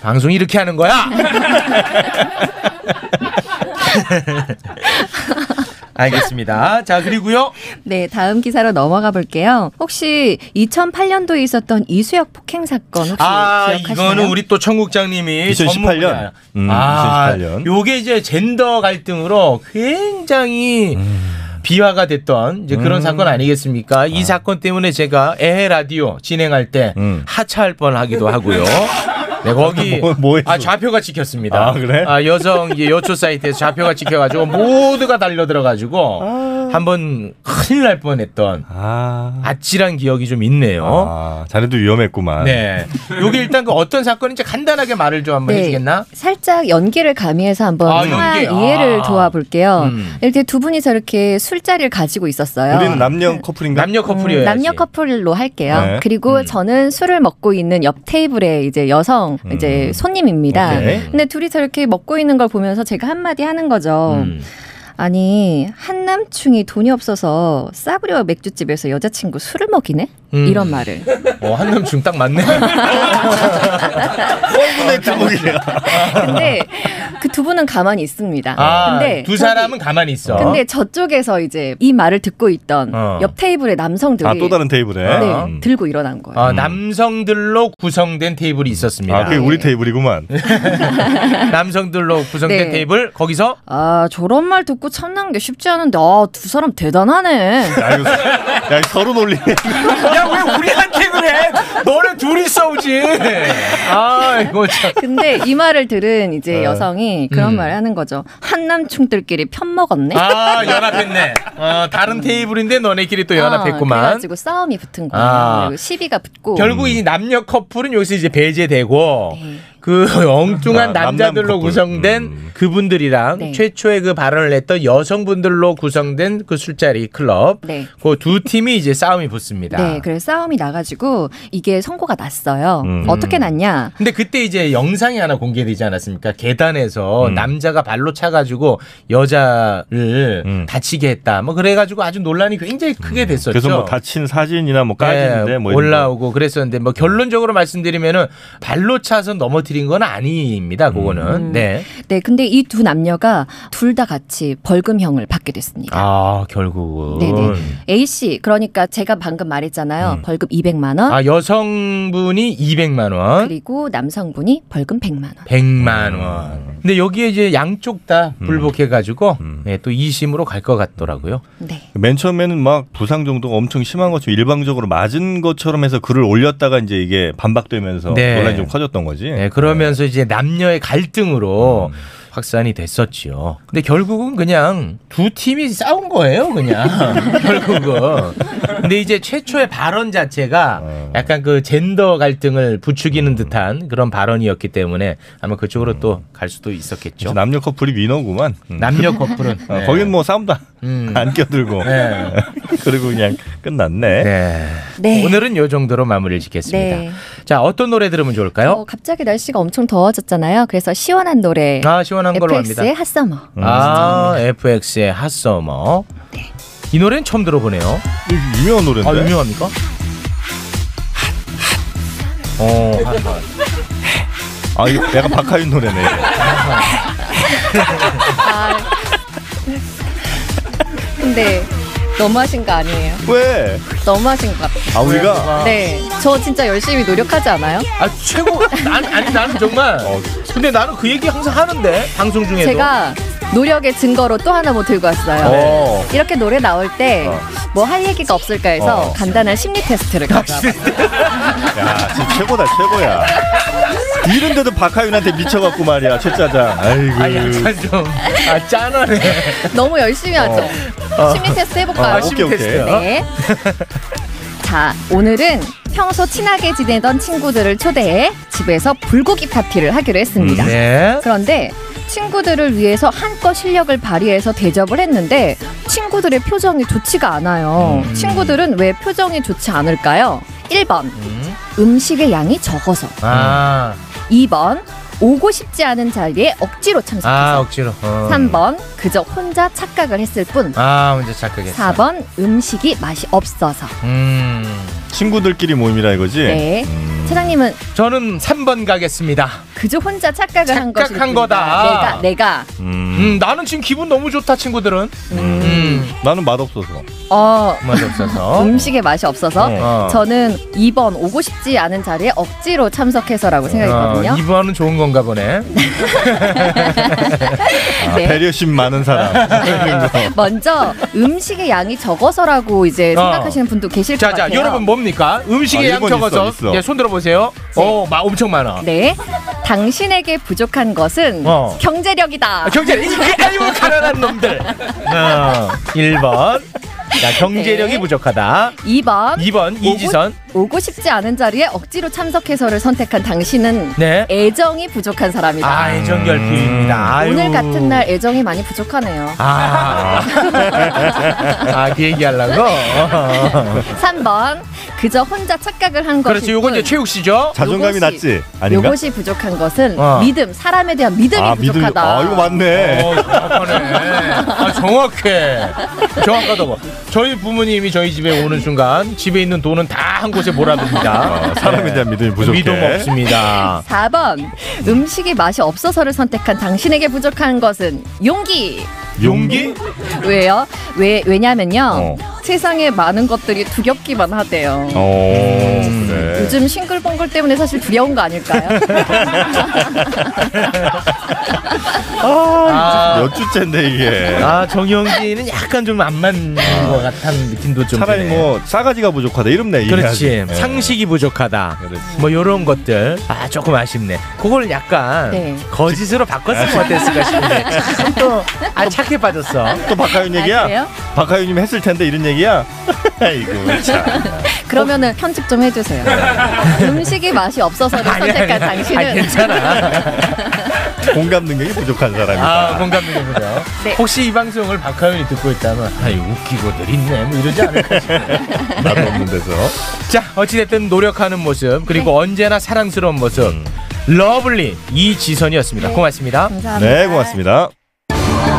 Speaker 4: 방송 이렇게
Speaker 3: [LAUGHS]
Speaker 4: 하는 거야? [LAUGHS] 알겠습니다. 자 그리고요.
Speaker 10: 네, 다음 기사로 넘어가 볼게요. 혹시 2008년도에 있었던 이수혁 폭행 사건 혹시
Speaker 4: 아
Speaker 10: 기억하시나요?
Speaker 4: 이거는 우리 또 청국장님이
Speaker 3: 2018 년.
Speaker 4: 전문가야.
Speaker 3: 음,
Speaker 4: 아
Speaker 3: 2018 년.
Speaker 4: 요게 이제 젠더 갈등으로 굉장히
Speaker 3: 음.
Speaker 4: 비화가 됐던 이제 그런 사건 아니겠습니까? 이 사건 때문에 제가 에헤 라디오 진행할 때 하차할 뻔하기도 하고요. 네, 거기
Speaker 3: 음. 뭐- 뭐 했어?
Speaker 4: 아 좌표가 찍혔습니다.
Speaker 3: 아, 그래?
Speaker 4: 아, 여성 이제 여초 사이트에서 좌표가 찍혀가지고 모두가 달려 들어가지고 한번 큰일 날 뻔했던
Speaker 3: 아,
Speaker 4: 아찔한 기억이 좀 있네요.
Speaker 3: 아, 자네도 위험했구만.
Speaker 4: 어? 네. 요게 일단 그 어떤 사건인지 간단하게 말을 좀 한번
Speaker 10: 네.
Speaker 4: 해주겠나?
Speaker 10: 살짝 연기를 가미해서 한번
Speaker 4: 아,
Speaker 10: 상황
Speaker 4: 연기.
Speaker 10: 이해를
Speaker 4: 아.
Speaker 10: 도와볼게요.
Speaker 4: 음.
Speaker 10: 이렇게 두 분이 저렇게 술자리를 가지고 있었어요. 음,
Speaker 3: 우리는 남녀 커플인가?
Speaker 4: 남녀 커플이어야지.
Speaker 10: 남녀 커플로 할게요.
Speaker 3: 네.
Speaker 10: 그리고 저는 술을 먹고 있는 옆 테이블에 이제 여성 이제 손님입니다.
Speaker 3: 음. 오케이. 네.
Speaker 10: 근데 둘이 저렇게 먹고 있는 걸 보면서 제가 한마디 하는 거죠.
Speaker 4: 음.
Speaker 10: 아니 한남충이 돈이 없어서 싸구려 맥주집에서 여자친구 술을 먹이네
Speaker 4: 음.
Speaker 10: 이런 말을
Speaker 4: 어, 한남충 딱
Speaker 10: [LAUGHS]
Speaker 4: 맞네.
Speaker 3: 뻔분의 주먹이야.
Speaker 10: 근데 그 두 분은 가만히 있습니다
Speaker 4: 아,
Speaker 10: 근데
Speaker 4: 두 사람은 가만히 있어.
Speaker 10: 저기- 근데 저쪽에서 이제 이 말을 듣고 있던
Speaker 4: 어.
Speaker 10: 옆 테이블의 남성들이
Speaker 3: 아, 또 다른 테이블에.
Speaker 10: 네,
Speaker 3: 음.
Speaker 10: 들고 일어난 거예요
Speaker 4: 어, 남성들로 구성된 테이블이 있었습니다. 네.
Speaker 3: 아, 그게 우리 테이블이구만.
Speaker 4: 남성들로 구성된
Speaker 10: 네.
Speaker 4: 테이블 거기서
Speaker 10: 아 저런 말 듣고 참는 게 쉽지 않은데 아 두 사람 대단하네
Speaker 3: 야, 이거, 야, 이거 서로 놀리네.
Speaker 4: 야 왜 우리한테 그래? 너네 둘이 싸우지. 아 이거 참.
Speaker 10: 근데 이 말을 들은 이제 여성이 그런
Speaker 4: 음.
Speaker 10: 말을 하는 거죠 한남충들끼리 편 먹었네
Speaker 4: 아 연합했네. 어, 다른 테이블인데 너네끼리 또
Speaker 10: 어,
Speaker 4: 그 연합했구만.
Speaker 10: 그래가지고 싸움이 붙은 거예요.
Speaker 4: 아.
Speaker 10: 그리고 시비가 붙고.
Speaker 4: 결국 이 남녀 커플은 여기서 이제 배제되고
Speaker 10: 네.
Speaker 4: 그 [LAUGHS] 엉뚱한
Speaker 3: 아,
Speaker 4: 남자들로
Speaker 3: 남남 커플. 음.
Speaker 4: 구성된 그분들이랑
Speaker 10: 네.
Speaker 4: 최초의 그 발언을 냈던 여성분들로 구성된 그 술자리 클럽
Speaker 10: 네.
Speaker 4: 그 두 팀이 이제 싸움이 붙습니다.
Speaker 10: 네, 그래서 싸움이 나가지고 이게 선고가 났어요.
Speaker 4: 음.
Speaker 10: 어떻게 났냐?
Speaker 4: 근데 그때 이제 영상이 하나 공개되지 않았습니까?
Speaker 3: 음.
Speaker 4: 계단에서 남자가 발로 차가지고 여자를 다치게 했다. 뭐 그래가지고 아주 논란이 굉장히 크게 됐었죠.
Speaker 3: 음. 그래서 뭐 다친 사진이나 뭐 까지는데
Speaker 4: 네,
Speaker 3: 뭐 이런 거.
Speaker 4: 올라오고 그랬었는데 뭐 결론적으로 말씀드리면은 발로 차서 넘어뜨린 건 아닙니다. 그거는 네.
Speaker 10: 네, 근데 이 두 남녀가 둘 다 같이 벌금형을 받게 됐습니다.
Speaker 4: 아 결국은
Speaker 10: 네네. A 씨, 그러니까 제가 방금 말했잖아요. 벌금 200만 원.
Speaker 4: 음. 아 여성분이 200만 원,
Speaker 10: 그리고 남성분이 벌금 100만 원.
Speaker 3: 음.
Speaker 4: 100만 원. 근데 여기에 이제 양쪽 다 불복해가지고
Speaker 3: 음.
Speaker 4: 네, 또 2심으로 갈 것 같더라고요.
Speaker 10: 네.
Speaker 3: 맨 처음에는 막 부상 정도가 엄청 심한 것처럼 일방적으로 맞은 것처럼 해서 글을 올렸다가 이제 이게 반박되면서
Speaker 4: 네.
Speaker 3: 논란이 좀 커졌던 거지.
Speaker 4: 네, 그러면서 이제 남녀의 갈등으로
Speaker 3: 음.
Speaker 4: 확산이 됐었지요. 근데 결국은 그냥 두 팀이 싸운 거예요, 그냥. [LAUGHS] 결국은. 근데 이제 최초의 발언
Speaker 3: 어.
Speaker 4: 자체가 약간 그 젠더 갈등을
Speaker 3: 음.
Speaker 4: 부추기는 듯한 그런 발언이었기 때문에 아마 그쪽으로 또 갈 수도
Speaker 3: 이제
Speaker 4: 있었겠죠.
Speaker 3: 음. 남녀 커플이 위너구만. 음.
Speaker 4: 남녀 커플은.
Speaker 3: 아, 거긴 뭐 싸움도 안- 안 껴들고
Speaker 4: 음. 네.
Speaker 3: [LAUGHS] 그리고 그냥 끝났네.
Speaker 10: 네.
Speaker 4: 오늘은 요 정도로 마무리를 짓겠습니다.
Speaker 10: 네.
Speaker 4: 자, 어떤 노래 들으면 좋을까요?
Speaker 10: 어, 갑자기 날씨가 엄청 더워졌잖아요. 그래서 시원한 노래.
Speaker 4: 아, 시원한 걸로 합니다.
Speaker 10: FX의 핫서머.
Speaker 4: 아, FX의 핫서머. 이 노래는 처음 들어보네요.
Speaker 3: 유명한 노래인데.
Speaker 4: 아,
Speaker 10: 네.
Speaker 4: 유명합니까? 어, 핫.
Speaker 3: 아 이거 약간 박하윤 노래네.
Speaker 10: 근데 너무하신 거 아니에요?
Speaker 3: 왜?
Speaker 10: 너무하신 것 같아요.
Speaker 3: 아 우리가
Speaker 10: 네. 저 진짜 열심히 노력하지 않아요?
Speaker 4: 아, 최고. 난, 아니, 나는 정말. 근데 나는 그 얘기 항상 하는데, 방송 중에도.
Speaker 10: 제가 노력의 증거로 또 하나 뭐 들고 왔어요.
Speaker 4: 어.
Speaker 10: 이렇게 노래 나올 때 뭐 할 얘기가 없을까 해서
Speaker 3: 어.
Speaker 10: 간단한 심리 테스트를 가져와요.
Speaker 3: 야 진짜 최고다 최고야. 이런데도 박하윤한테 미쳐갖고 말이야 최짜장. 아이고.
Speaker 4: 아, 약간 좀. 아, 짠하네.
Speaker 10: 너무 열심히 하죠. 심리 테스트 해볼까요?
Speaker 3: 어, 오케이 오케이.
Speaker 10: 네. 자, 오늘은 평소 친하게 지내던 친구들을 초대해 집에서 불고기 파티를 하기로 했습니다.
Speaker 4: 네.
Speaker 10: 그런데 친구들을 위해서 한껏 실력을 발휘해서 대접을 했는데 친구들의 표정이 좋지가 않아요. 친구들은 왜 표정이 좋지 않을까요? 1번. 음식의 양이 적어서.
Speaker 4: 아,
Speaker 10: 음. 2번. 오고 싶지 않은 자리에 억지로
Speaker 4: 아,
Speaker 10: 참석해서.
Speaker 4: 억지로. 어.
Speaker 10: 3번. 그저 혼자 착각을 했을 뿐.
Speaker 4: 아, 먼저 착각했어.
Speaker 10: 4번. 음식이 맛이 없어서.
Speaker 4: 음.
Speaker 3: 친구들끼리 모임이라 이거지.
Speaker 10: 네. 차장님은
Speaker 4: 저는 3번 가겠습니다.
Speaker 10: 그저 혼자 착각을 한 것이
Speaker 4: 착각한 거다. 아.
Speaker 10: 내가 내가
Speaker 3: 음,
Speaker 4: 음, 나는 지금 기분 너무 좋다, 친구들은. 음.
Speaker 3: 나는 맛없어서.
Speaker 10: 어
Speaker 4: 맛없어서.
Speaker 10: 음식의 맛이 없어서
Speaker 4: 어.
Speaker 10: 저는 2번 오고 싶지 않은 자리에 억지로 참석해서라고 생각했거든요.
Speaker 4: 어, 이번은 좋은 건가 보네.
Speaker 3: 아,
Speaker 10: 네.
Speaker 3: 배려심 많은 사람.
Speaker 10: [LAUGHS] 먼저 음식의 양이 적어서라고 이제
Speaker 4: 어.
Speaker 10: 생각하시는 분도 계실 것
Speaker 4: 자, 자,
Speaker 10: 같아요.
Speaker 4: 여러분 뭡니까? 음식의
Speaker 3: 아,
Speaker 4: 양
Speaker 3: 일본 있어,
Speaker 4: 적어서.
Speaker 3: 있어.
Speaker 4: 예, 손 들어보세요. 어, 마, 엄청 많아.
Speaker 10: 네, 당신에게 부족한 것은
Speaker 4: 어.
Speaker 10: 경제력이다.
Speaker 4: 아, 경제, 이게 아니고 가난한 놈들. 어, 1번. 자, 경제력이
Speaker 10: 네.
Speaker 4: 부족하다.
Speaker 10: 2번
Speaker 4: 2번, 이지선.
Speaker 10: 오고, 오고 싶지 않은 자리에 억지로 참석해서를 선택한 당신은
Speaker 4: 네.
Speaker 10: 애정이 부족한 사람이다.
Speaker 4: 아, 애정결핍입니다. 아유.
Speaker 10: 오늘 같은 날 애정이 많이 부족하네요.
Speaker 4: 아, 아, 그
Speaker 10: [LAUGHS]
Speaker 4: 얘기하려고? 어.
Speaker 10: 3번 그저 혼자 착각을 한 것이
Speaker 4: 그렇지, 요건 이제 최욱 씨죠?
Speaker 3: 자존감이
Speaker 10: 요것이-
Speaker 3: 낮지 아닌가?
Speaker 10: 요것이 부족한 것은
Speaker 4: 어.
Speaker 10: 믿음, 사람에 대한 믿음이
Speaker 3: 아 믿음.
Speaker 10: 부족하다.
Speaker 3: 아 이거 맞네.
Speaker 4: 어, 정확하네. 아, 정확해. 정확하다고. 저희 부모님이 저희 집에 오는 순간 집에 있는 돈은 다 한 곳에 몰아둡니다. 네.
Speaker 3: 어, 사람에 대한 믿음이 부족해.
Speaker 4: 믿음 없습니다.
Speaker 10: 4번 음식이 맛이 없어서를 선택한 당신에게 부족한 것은 용기.
Speaker 3: 용기?
Speaker 10: 왜요? 왜 왜냐면요.
Speaker 3: 어.
Speaker 10: 세상에 많은 것들이 두렵기만 하대요.
Speaker 3: 어
Speaker 4: 네.
Speaker 3: 그래.
Speaker 10: 음. 요즘 싱글벙글 때문에 사실 두려운 거
Speaker 4: [LAUGHS]
Speaker 10: 아닐까요?
Speaker 4: 아,
Speaker 3: 몇 주째인데 이게.
Speaker 4: 아 정영진은 약간 좀 안 맞는 것 같은 느낌도 좀
Speaker 3: 차라리
Speaker 4: 드네.
Speaker 3: 뭐 싸가지가 부족하다 이런 내
Speaker 4: 그렇지
Speaker 3: 예.
Speaker 4: 상식이 부족하다
Speaker 3: 그렇지.
Speaker 4: 뭐 요런 것들 아 조금 아쉽네 그걸 약간
Speaker 10: 네.
Speaker 4: 거짓으로
Speaker 3: 아,
Speaker 4: 바꿨으면 어땠을까 싶은데 또아 착해 빠졌어
Speaker 3: 또 박하윤
Speaker 10: 아,
Speaker 3: 얘기야?
Speaker 10: 그래요?
Speaker 3: 박하윤님 했을 텐데 이런 얘기야? [LAUGHS] 아이고 참.
Speaker 10: 그러면은 편집 좀 해주세요. 음식이 맛이 없어서를 선택한 당신은
Speaker 4: 아 괜찮아
Speaker 3: 공감 능력이 부족한 사람이다. [LAUGHS]
Speaker 4: 아 공감됩니다
Speaker 10: 네.
Speaker 4: 혹시 이 방송을 박하윤이 듣고 있다면 아이 웃기고들 있네 뭐 이러지 않을까 싶어요.
Speaker 3: 나도 없는 데서.
Speaker 4: [LAUGHS]
Speaker 3: 네.
Speaker 4: 자 어찌됐든 노력하는 모습 그리고 언제나 사랑스러운 모습
Speaker 3: 음.
Speaker 4: 러블리 이지선이었습니다 고맙습니다
Speaker 10: [LAUGHS] 감사합니다.
Speaker 3: 네 고맙습니다.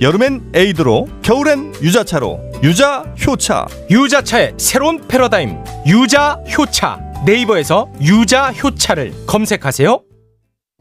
Speaker 3: 여름엔 에이드로, 겨울엔 유자차로. 유자 효차.
Speaker 4: 유자차의 새로운 패러다임 유자 효차 네이버에서 유자 효차를 검색하세요.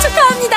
Speaker 1: 축하합니다.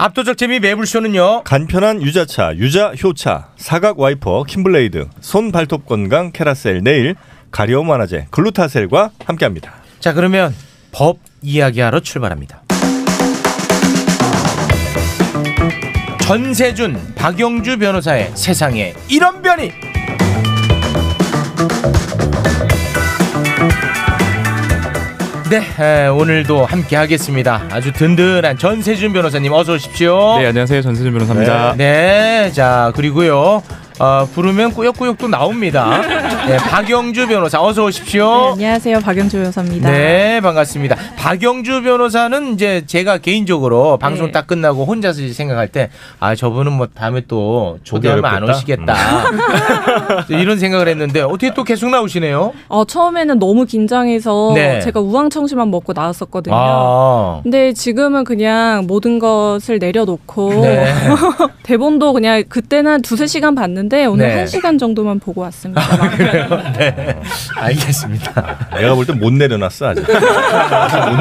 Speaker 4: 압도적 재미 매불쇼는요.
Speaker 3: 간편한 유자차, 유자 효차, 사각 와이퍼, 킴블레이드, 손 발톱 건강 캐라셀 네일, 가려움 완화제, 글루타셀과 함께합니다.
Speaker 4: 자 그러면 법 이야기하러 출발합니다. 전세준, 박영주 변호사의 세상에 이런 변이. 네, 에, 오늘도 함께 하겠습니다. 아주 든든한 전세준 변호사님 어서 오십시오.
Speaker 7: 네, 안녕하세요. 전세준 변호사입니다.
Speaker 4: 네, 네, 자 그리고요. 어, 부르면 꾸역꾸역 또 나옵니다. 네, 박영주 변호사 어서
Speaker 7: 네,
Speaker 4: 오십시오.
Speaker 12: 안녕하세요. 박영주 변호사입니다.
Speaker 4: 네, 반갑습니다. 박영주 변호사는 이제 제가 개인적으로
Speaker 12: 네.
Speaker 4: 방송 딱 끝나고 혼자서 이제 생각할 때, 아, 저분은 뭐 다음에 또 초대하면 안
Speaker 12: 어렵겠다.
Speaker 4: 오시겠다. [LAUGHS] 이런 생각을 했는데, 어떻게 또 계속 나오시네요?
Speaker 12: 음. 어, 처음에는 너무 긴장해서
Speaker 4: 네.
Speaker 12: 제가 우황청심만 먹고 나왔었거든요.
Speaker 4: 아.
Speaker 12: 근데 지금은 그냥 모든 것을 내려놓고
Speaker 4: 네.
Speaker 12: [LAUGHS] 대본도 그냥 그때는 한 두세 시간 봤는데 오늘
Speaker 4: 네. 아,
Speaker 12: 한 시간 정도만 보고
Speaker 4: [LAUGHS]
Speaker 12: 왔습니다.
Speaker 4: 네. 알겠습니다.
Speaker 3: 내가 볼 땐 못 내려놨어 아직. 못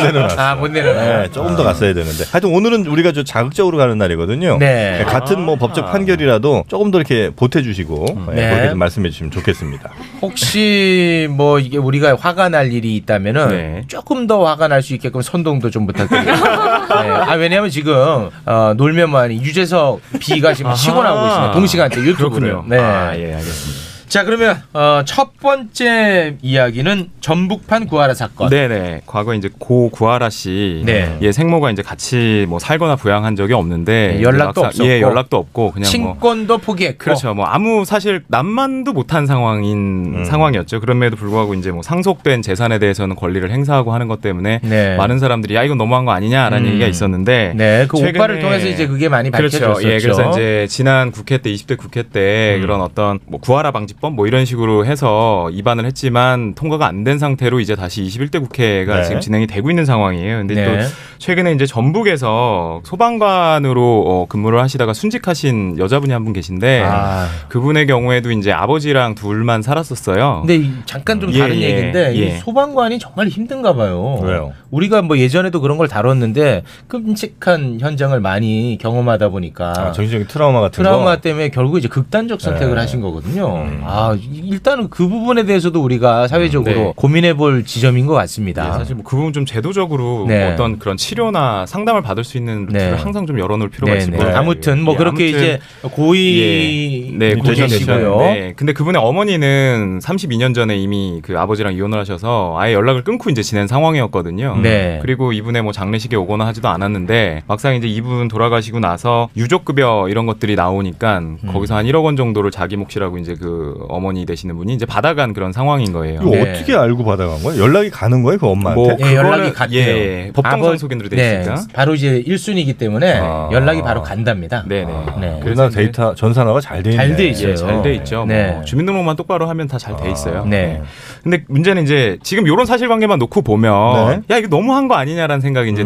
Speaker 3: 내려놨어.
Speaker 4: 아, 못 내려놨어.
Speaker 3: 네, 조금 더 갔어야 되는데. 하여튼 오늘은 우리가 좀 자극적으로 가는 날이거든요.
Speaker 4: 네.
Speaker 3: 같은 뭐 법적 판결이라도 조금 더 이렇게 보태주시고 예,
Speaker 4: 네.
Speaker 3: 그렇게 좀 말씀해 주시면 좋겠습니다.
Speaker 4: 혹시 뭐 이게 우리가 화가 날 일이 있다면은
Speaker 7: 네.
Speaker 4: 조금 더 화가 날 수 있게끔 선동도 좀 부탁드립니다. 네. 아 왜냐하면 지금 어, 놀면만 유재석 비가 지금 치고 나오고 있습니다. 아, 동시간대 유튜브로.
Speaker 7: 그렇군요.
Speaker 4: 네.
Speaker 7: 아, 예, 알겠습니다.
Speaker 4: 자 그러면 어, 첫 번째 이야기는 전북판 구하라 사건.
Speaker 7: 네네. 과거 에 이제 고 구하라 씨,
Speaker 4: 네.
Speaker 7: 예 생모가 이제 같이 뭐 살거나 부양한 적이 없는데
Speaker 4: 네, 연락도
Speaker 7: 막상- 예,
Speaker 4: 없었고.
Speaker 7: 연락도 없고 그냥 뭐
Speaker 4: 친권도 포기했고.
Speaker 7: 그렇죠. 뭐 아무 사실 남만도 못한 상황인
Speaker 4: 음.
Speaker 7: 상황이었죠. 그럼에도 불구하고 이제 뭐 상속된 재산에 대해서는 권리를 행사하고 하는 것 때문에
Speaker 4: 네.
Speaker 7: 많은 사람들이 야 이건 너무한 거 아니냐라는
Speaker 4: 음.
Speaker 7: 얘기가 있었는데
Speaker 4: 네, 그
Speaker 7: 최근에-
Speaker 4: 오빠를 통해서 이제 그게 많이 밝혀졌었죠. 음.
Speaker 7: 그렇죠. 예, 그래서 이제 지난 국회 때 20대 국회 때 그런 어떤 뭐 구하라 방지법 뭐 이런 식으로 해서 입안을 했지만 통과가 안 된 상태로 이제 다시 21대 국회가
Speaker 4: 네.
Speaker 7: 지금 진행이 되고 있는 상황이에요. 근데
Speaker 4: 네.
Speaker 7: 또 최근에 이제 전북에서 소방관으로 어, 근무를 하시다가 순직하신 여자분이 한 분 계신데
Speaker 4: 아.
Speaker 7: 그분의 경우에도 이제 아버지랑 둘만 살았었어요.
Speaker 4: 근데 이- 잠깐 좀
Speaker 7: 예,
Speaker 4: 다른
Speaker 7: 예,
Speaker 4: 얘기인데 이
Speaker 7: 예.
Speaker 4: 소방관이 정말 힘든가 봐요.
Speaker 7: 왜요?
Speaker 4: 우리가 뭐 예전에도 그런 걸 다뤘는데 끔찍한 현장을 많이 경험하다 보니까
Speaker 3: 아, 정신적인 트라우마 같은
Speaker 4: 트라우마
Speaker 3: 거.
Speaker 4: 때문에 결국 이제 극단적 선택을
Speaker 7: 예.
Speaker 3: 네.
Speaker 4: 하신 거거든요.
Speaker 7: 음.
Speaker 4: 아 이- 일단은 그 부분에 대해서도 우리가 사회적으로
Speaker 7: 네.
Speaker 4: 고민해볼 지점인 것 같습니다.
Speaker 7: 예, 사실 뭐 그 부분 좀 제도적으로
Speaker 4: 네.
Speaker 7: 뭐 어떤 그런 치료나 상담을 받을 수 있는
Speaker 4: 네.
Speaker 7: 루트를 항상 좀 열어놓을 필요가
Speaker 4: 네,
Speaker 7: 있을
Speaker 4: 네.
Speaker 7: 것 예, 같아요.
Speaker 4: 아무튼 뭐 그렇게 이제 고의
Speaker 7: 예. 네,
Speaker 4: 고의시고요.
Speaker 7: 고의시고요. 네. 근데 그분의 어머니는 32년 전에 이미 그 아버지랑 이혼을 하셔서 아예 연락을 끊고 이제 지낸 상황이었거든요.
Speaker 4: 네.
Speaker 7: 그리고 이분의 뭐 장례식에 오거나 하지도 않았는데 막상 이제 이분
Speaker 4: 음.
Speaker 7: 돌아가시고 나서 유족급여 이런 것들이 나오니까 거기서 한 1억 원 정도를 자기 몫이라고 이제 그 그 어머니 되시는 분이 이제 받아간 그런 상황인 거예요.
Speaker 3: 이거 어떻게 알고 받아간 거예요? 연락이 가는 거예요, 그 엄마한테?
Speaker 7: 뭐
Speaker 4: 예, 연락이 갔대요.
Speaker 7: 예, 법정상 소견으로 돼
Speaker 4: 네,
Speaker 7: 있으니까. 아.
Speaker 4: 바로 이제 1순위이기 때문에 연락이 바로 간답니다.
Speaker 7: 네네.
Speaker 3: 우리나라 데이터 전산화가 잘 돼 있네.
Speaker 4: 잘돼 있어요.
Speaker 7: 예, 잘돼 있죠.
Speaker 4: 네.
Speaker 7: 뭐 주민등록만 똑바로 하면 다 잘 돼 있어요.
Speaker 4: 네.
Speaker 7: 근데 문제는 이제 지금 이런 사실관계만 놓고 보면 야 이거 너무한 거 아니냐라는 생각이 이제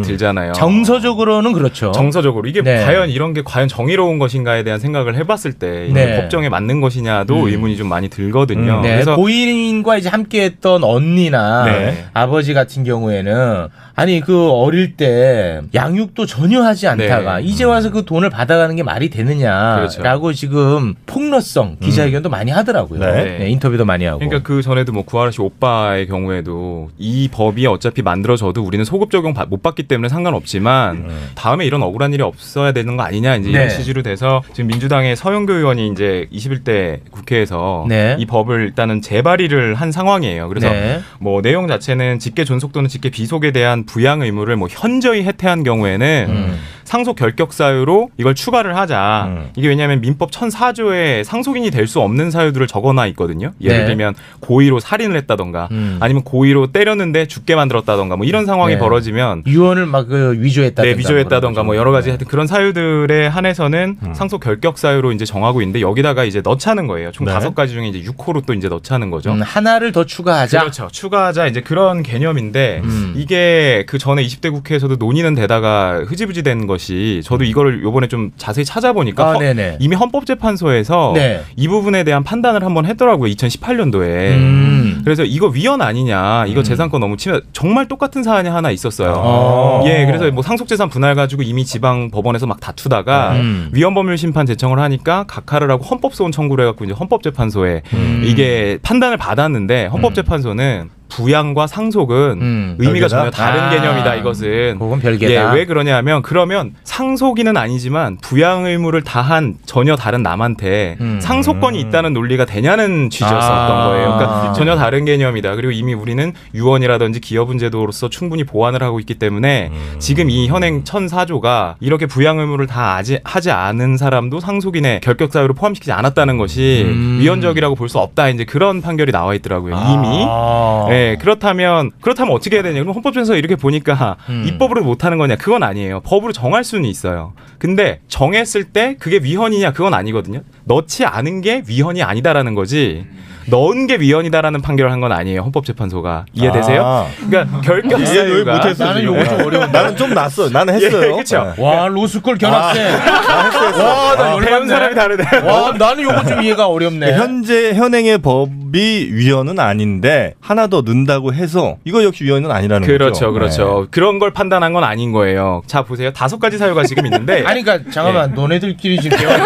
Speaker 4: 네.
Speaker 7: 들잖아요.
Speaker 4: 음. 정서적으로는 그렇죠.
Speaker 7: 어. 정서적으로 이게
Speaker 4: 네.
Speaker 7: 과연 이런 게 과연 정의로운 것인가에 대한 생각을 해봤을 때 이게
Speaker 4: 네.
Speaker 7: 법정에 맞는 것이냐도
Speaker 4: 음.
Speaker 7: 의문이 좀 많이 들거든요.
Speaker 4: 네,
Speaker 7: 그래서
Speaker 4: 고인과 이제 함께했던 언니나
Speaker 7: 네.
Speaker 4: 아버지 같은 경우에는 아니 그 어릴 때 양육도 전혀 하지 않다가
Speaker 7: 네. 그렇죠.
Speaker 4: 이제 와서 그 돈을 받아가는 게 말이 되느냐라고 지금 폭로성 기자회견도 많이 하더라고요.
Speaker 7: 음. 네.
Speaker 4: 네, 인터뷰도 많이 하고.
Speaker 7: 그러니까 그 전에도 뭐 구하라 씨 오빠의 경우에도 이 법이 어차피 만들어져도 우리는 소급 적용 받- 못 받기 때문에 상관없지만 다음에 이런 억울한 일이 없어야 되는 거 아니냐 이제
Speaker 4: 네.
Speaker 7: 이런 취지로 돼서 지금 민주당의 서영교 의원이 이제 21대 국회에서
Speaker 4: 네.
Speaker 7: 이 법을 일단은 재발의를 한 상황이에요. 그래서
Speaker 4: 네.
Speaker 7: 뭐 내용 자체는 직계 존속 또는 직계 비속에 대한 부양 의무를 뭐 현저히 해태한 경우에는
Speaker 4: 음.
Speaker 7: 상속 결격 사유로 이걸 추가를 하자. 이게 왜냐하면 민법 1004조에 상속인이 될 수 없는 사유들을 적어놔 있거든요. 예를
Speaker 4: 네.
Speaker 7: 들면 고의로 살인을 했다던가
Speaker 4: 음.
Speaker 7: 아니면 고의로 때렸는데 죽게 만들었다던가 뭐 이런 상황이
Speaker 4: 네.
Speaker 7: 벌어지면
Speaker 4: 유언을 막 그 위조했다든가
Speaker 7: 네, 위조했다던가 뭐 여러
Speaker 4: 네.
Speaker 7: 가지 하여튼 그런 사유들에 한해서는
Speaker 4: 음.
Speaker 7: 상속 결격 사유로 이제 정하고 있는데 여기다가 이제 넣자는 거예요. 총
Speaker 4: 네.
Speaker 7: 다섯 가지 중에 이제 6호로 또 이제 넣자는 거죠.
Speaker 4: 음, 하나를 더 추가하자.
Speaker 7: 그렇죠. 추가하자 이제 그런 개념인데
Speaker 4: 음.
Speaker 7: 이게 그 전에 20대 국회에서도 논의는 되다가 흐지부지 된 것이 저도 이거를 요번에 좀 자세히 찾아보니까
Speaker 4: 아,
Speaker 7: 헌-
Speaker 4: 네네.
Speaker 7: 이미 헌법재판소에서
Speaker 4: 네.
Speaker 7: 그러니까 이 부분에 대한 판단을 한번 했더라고요. 2018년도에.
Speaker 4: 음.
Speaker 7: 그래서 이거 위헌 아니냐, 이거 재산권 너무 침해. 정말 똑같은 사안이 하나 있었어요.
Speaker 4: 아.
Speaker 7: 예, 그래서 뭐 상속재산 분할 가지고 이미 지방 법원에서 막 다투다가
Speaker 4: 음.
Speaker 7: 위헌법률 심판 제청을 하니까 각하를 하고 헌법소원 청구를 해갖고 이제 헌법재판소에
Speaker 4: 음.
Speaker 7: 이게 판단을 받았는데 헌법재판소는 부양과 상속은 의미가
Speaker 4: 음. 별개다?
Speaker 7: 전혀 다른
Speaker 4: 아.
Speaker 7: 개념이다 이것은
Speaker 4: 그건 별개다.
Speaker 7: 예, 왜 그러냐면 그러면 상속인은 아니지만 부양 의무를 다한 전혀 다른 남한테
Speaker 4: 음.
Speaker 7: 상속권이 있다는 논리가 되냐는 취지였었던
Speaker 4: 아.
Speaker 7: 거예요. 그러니까 전혀 다른 개념이다. 그리고 이미 우리는 유언이라든지 기여분 제도로서 충분히 보완을 하고 있기 때문에
Speaker 4: 음.
Speaker 7: 지금 이 현행 1004조가 이렇게 부양 의무를 다 아지- 하지 않은 사람도 상속인의 결격 사유로 포함시키지 않았다는 것이
Speaker 4: 음.
Speaker 7: 위헌적이라고 볼 수 없다. 이제 그런 판결이 나와 있더라고요. 이미.
Speaker 4: 아. 어.
Speaker 7: 예, 그렇다면 그렇다면 어떻게 해야 되냐? 그럼 헌법에서 이렇게 보니까
Speaker 4: 음.
Speaker 7: 입법으로 못 하는 거냐? 그건 아니에요. 법으로 정할 수는 있어요. 근데 정했을 때 그게 위헌이냐? 그건 아니거든요. 넣지 않은 게 위헌이 아니다라는 거지. 넣은 게 위헌이다라는 판결을 한 건 아니에요. 헌법재판소가 이해되세요?
Speaker 3: 아.
Speaker 7: 그러니까
Speaker 3: 이해
Speaker 7: 결격
Speaker 3: 왜
Speaker 7: 사유가
Speaker 3: 못했어, 나는 지금? 요거
Speaker 7: 아.
Speaker 3: 좀 어려운데. 나는 좀 났어. 나는 했어요.
Speaker 7: 그렇죠.
Speaker 3: 네.
Speaker 4: 와 로스쿨 견학생.
Speaker 7: 아.
Speaker 4: 와, 나 열받네.
Speaker 7: 배운 사람이 다르네.
Speaker 4: 와, 나는 요거 좀 이해가 어렵네.
Speaker 3: 현재 현행의 법이 위헌은 아닌데 하나 더 넣는다고 해서 이거 역시 위헌은 아니라는 거죠.
Speaker 7: 그렇죠, 그렇죠. 그런 걸 판단한 건 아닌 거예요. 자 보세요, 다섯 가지 사유가 지금 있는데.
Speaker 4: [LAUGHS] 아니 그러니까 잠깐만 너네들끼리 지금 대화.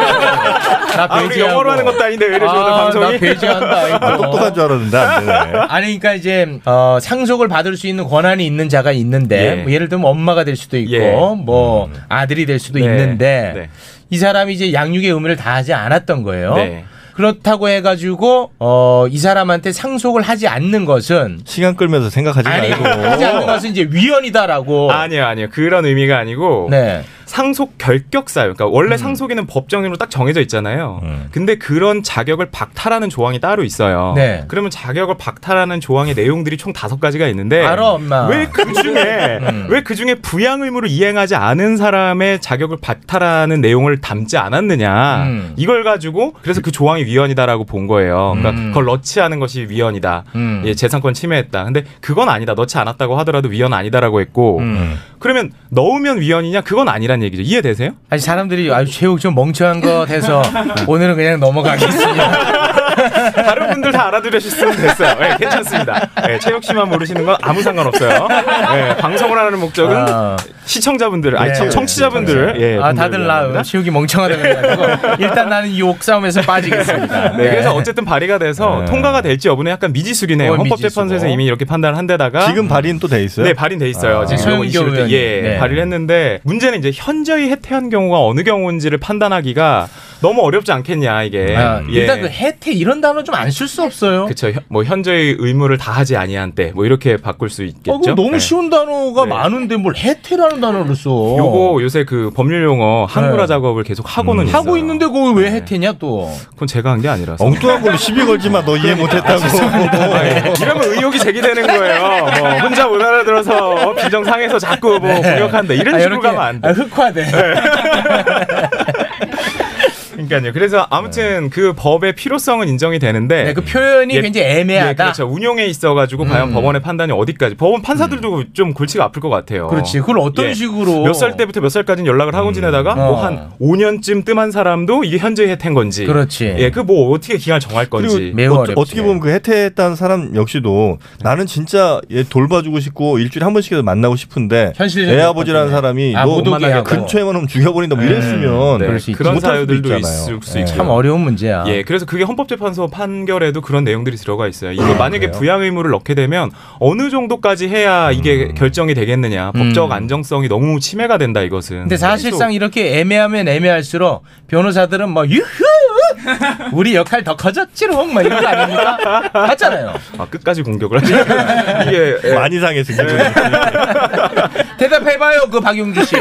Speaker 4: 나
Speaker 7: 아, 우리
Speaker 4: 배제하고.
Speaker 7: 영어로 하는 것도 아닌데 왜 이러지, 오늘
Speaker 4: 그 아,
Speaker 7: 방송이?
Speaker 4: 나 배제한다. 이거.
Speaker 3: 아, 똑똑한 줄 알았는데 안 되네.
Speaker 4: 아니 그러니까 이제 어, 상속을 받을 수 있는 권한이 있는 자가 있는데
Speaker 7: 예.
Speaker 4: 뭐 예를 들면 엄마가 될 수도 있고
Speaker 7: 예.
Speaker 4: 뭐 아들이 될 수도
Speaker 7: 네.
Speaker 4: 있는데
Speaker 7: 네.
Speaker 4: 이 사람이 이제 양육의 의무를 다하지 않았던 거예요.
Speaker 7: 네.
Speaker 4: 그렇다고 해가지고 어, 이 사람한테 상속을 하지 않는 것은
Speaker 3: 시간 끌면서 생각하지
Speaker 4: 아니
Speaker 3: 말고.
Speaker 4: 하지 않는 것은 이제 위헌이다라고.
Speaker 7: 아니요, 아니요. 그런 의미가 아니고
Speaker 4: 어. 네. 음.
Speaker 7: 상속 결격 사유. 그러니까 원래 상속에는 법정으로 딱 정해져 있잖아요. 근데 그런 자격을 박탈하는 조항이 따로 있어요.
Speaker 4: 네.
Speaker 7: 그러면 자격을 박탈하는 조항의 내용들이 총 다섯 가지가 있는데
Speaker 4: 알아, 엄마.
Speaker 7: 네.
Speaker 4: 음.
Speaker 7: 왜 그 중에 왜 그 중에 부양 의무를 이행하지 않은 사람의 자격을 박탈하는 내용을 담지 않았느냐.
Speaker 4: 음.
Speaker 7: 이걸 가지고 그래서 그 조항이 위헌이다라고 본 거예요. 그러니까
Speaker 4: 음.
Speaker 7: 그걸 넣지 않은 것이 위헌이다.
Speaker 4: 음.
Speaker 7: 예, 재산권 침해했다. 근데 그건 아니다. 넣지 않았다고 하더라도 위헌 아니다라고 했고
Speaker 4: 음.
Speaker 7: 그러면 넣으면 위헌이냐? 그건 아니란 얘기죠. 이해되세요?
Speaker 4: 아니 사람들이 아주 체육 좀 멍청한 것
Speaker 7: [LAUGHS]
Speaker 4: 해서 오늘은 그냥 넘어가겠습니다.
Speaker 7: 다른 분들 다 알아들으셨으면 됐어요. 예, 괜찮습니다. 예, 최혁 씨만 모르시는 건 아무 상관없어요. 예, 방송을 하는 목적은
Speaker 4: 아.
Speaker 7: 시청자분들, 아니
Speaker 4: 네,
Speaker 7: 청취자분들, 예,
Speaker 4: 아
Speaker 7: 분들
Speaker 4: 다들 나
Speaker 7: 위함입니다.
Speaker 4: 체육이 멍청하다
Speaker 7: [LAUGHS]
Speaker 4: 그래가지고 일단 나는 이 옥싸움에서 빠지겠습니다.
Speaker 7: 네, 그래서 어쨌든 발의가 돼서 통과가 될지 여부는 약간 미지수리네요.
Speaker 4: 그건
Speaker 7: 헌법재판소에서
Speaker 4: 미지수고.
Speaker 7: 이미 이렇게 판단을 한 데다가
Speaker 3: 지금 발의는 또 돼 있어요?
Speaker 7: 아? 네, 발의돼 있어요.
Speaker 3: 아.
Speaker 7: 지금
Speaker 3: 서영교
Speaker 7: 이슈로 때-
Speaker 3: 의원이.
Speaker 7: 예,
Speaker 3: 네.
Speaker 7: 발의를 했는데 문제는 이제 현저히 해태한 경우가 어느 경우인지를 판단하기가 너무 어렵지 않겠냐 이게.
Speaker 4: 아,
Speaker 7: 예.
Speaker 4: 일단 그 혜태 이런 단어 좀 안 쓸 수 없어요.
Speaker 7: 그쵸. 현- 뭐 현재의 의무를 다하지 아니한 때 뭐 이렇게 바꿀 수 있겠죠.
Speaker 4: 어, 그거 너무
Speaker 7: 네.
Speaker 4: 쉬운 단어가 많은데 뭘 혜태라는 단어를 써.
Speaker 7: 요거 요새 그 법률 용어 한글화 작업을 계속 하고는 있어요.
Speaker 4: 음.
Speaker 7: 네.
Speaker 4: 하고 있는데 그걸 왜 혜태냐 또.
Speaker 7: 그건 제가 한 게 아니라서.
Speaker 3: 엉뚱한 걸로 [LAUGHS] 시비 걸지 마. 너 이해 못했다고. 어, 네.
Speaker 7: 아, 예.
Speaker 4: 네.
Speaker 7: 이러면 의혹이 제기되는 거예요. 뭐 혼자 못 알아들어서 빈정 상해서 자꾸 뭐 공격한다 이런
Speaker 4: 아,
Speaker 7: 식으로
Speaker 4: 이렇게,
Speaker 7: 가면 안 돼. 네.
Speaker 4: 아, 흑화돼.
Speaker 7: 그러니까요. 그래서 아무튼 그 법의 필요성은 인정이 되는데
Speaker 4: 그 표현이
Speaker 7: 예,
Speaker 4: 굉장히 애매하다. 음.
Speaker 7: 예, 그렇죠. 운용에 있어가지고 과연 법원의 판단이 어디까지? 법원 판사들도 좀 골치가 아플 것 같아요.
Speaker 4: 그렇지. 그걸 어떤 식으로-
Speaker 7: 예. 몇 살 때부터 몇 살까지는 연락을 하고 지내다가
Speaker 4: 어.
Speaker 7: 뭐 한 5년쯤 뜸한 사람도 이게 현재 혜택인 건지.
Speaker 4: 그렇지.
Speaker 7: 예, 그 뭐 어떻게 기간 을 정할 건지.
Speaker 3: 어, 떻게 보면 그 해태했다는 사람 역시도 나는 진짜 얘 돌봐주고 싶고 일주일에 한 번씩이라도 만나고 싶은데
Speaker 7: 현실적인
Speaker 3: 애 아버지라는 사람이
Speaker 4: 아,
Speaker 3: 너
Speaker 4: 못 오게 하고.
Speaker 3: 근처에만 오면 죽여버린다 뭐 이랬으면
Speaker 7: 네, 그런 사유들도 있을 수 있고
Speaker 4: 예, 참 어려운 문제야.
Speaker 7: 예, 그래서 그게 헌법재판소 판결에도 그런 내용들이 들어가 있어요. 이거 만약에
Speaker 4: 그래요?
Speaker 7: 부양 의무를 넣게 되면 어느 정도까지 해야 이게 결정이 되겠느냐.
Speaker 4: 음.
Speaker 7: 법적 안정성이 너무 침해가 된다 이것은.
Speaker 4: 근데 사실상 이렇게 애매하면 애매할수록 변호사들은 뭐 유후 우리 역할 더 커졌지롱 막 이런 거 아닙니까? 맞잖아요.
Speaker 7: 아, 끝까지 공격을 하죠. 이게 예.
Speaker 3: 네. 많이 상해서 기분이.
Speaker 4: 대답해봐요 그 박용주 씨.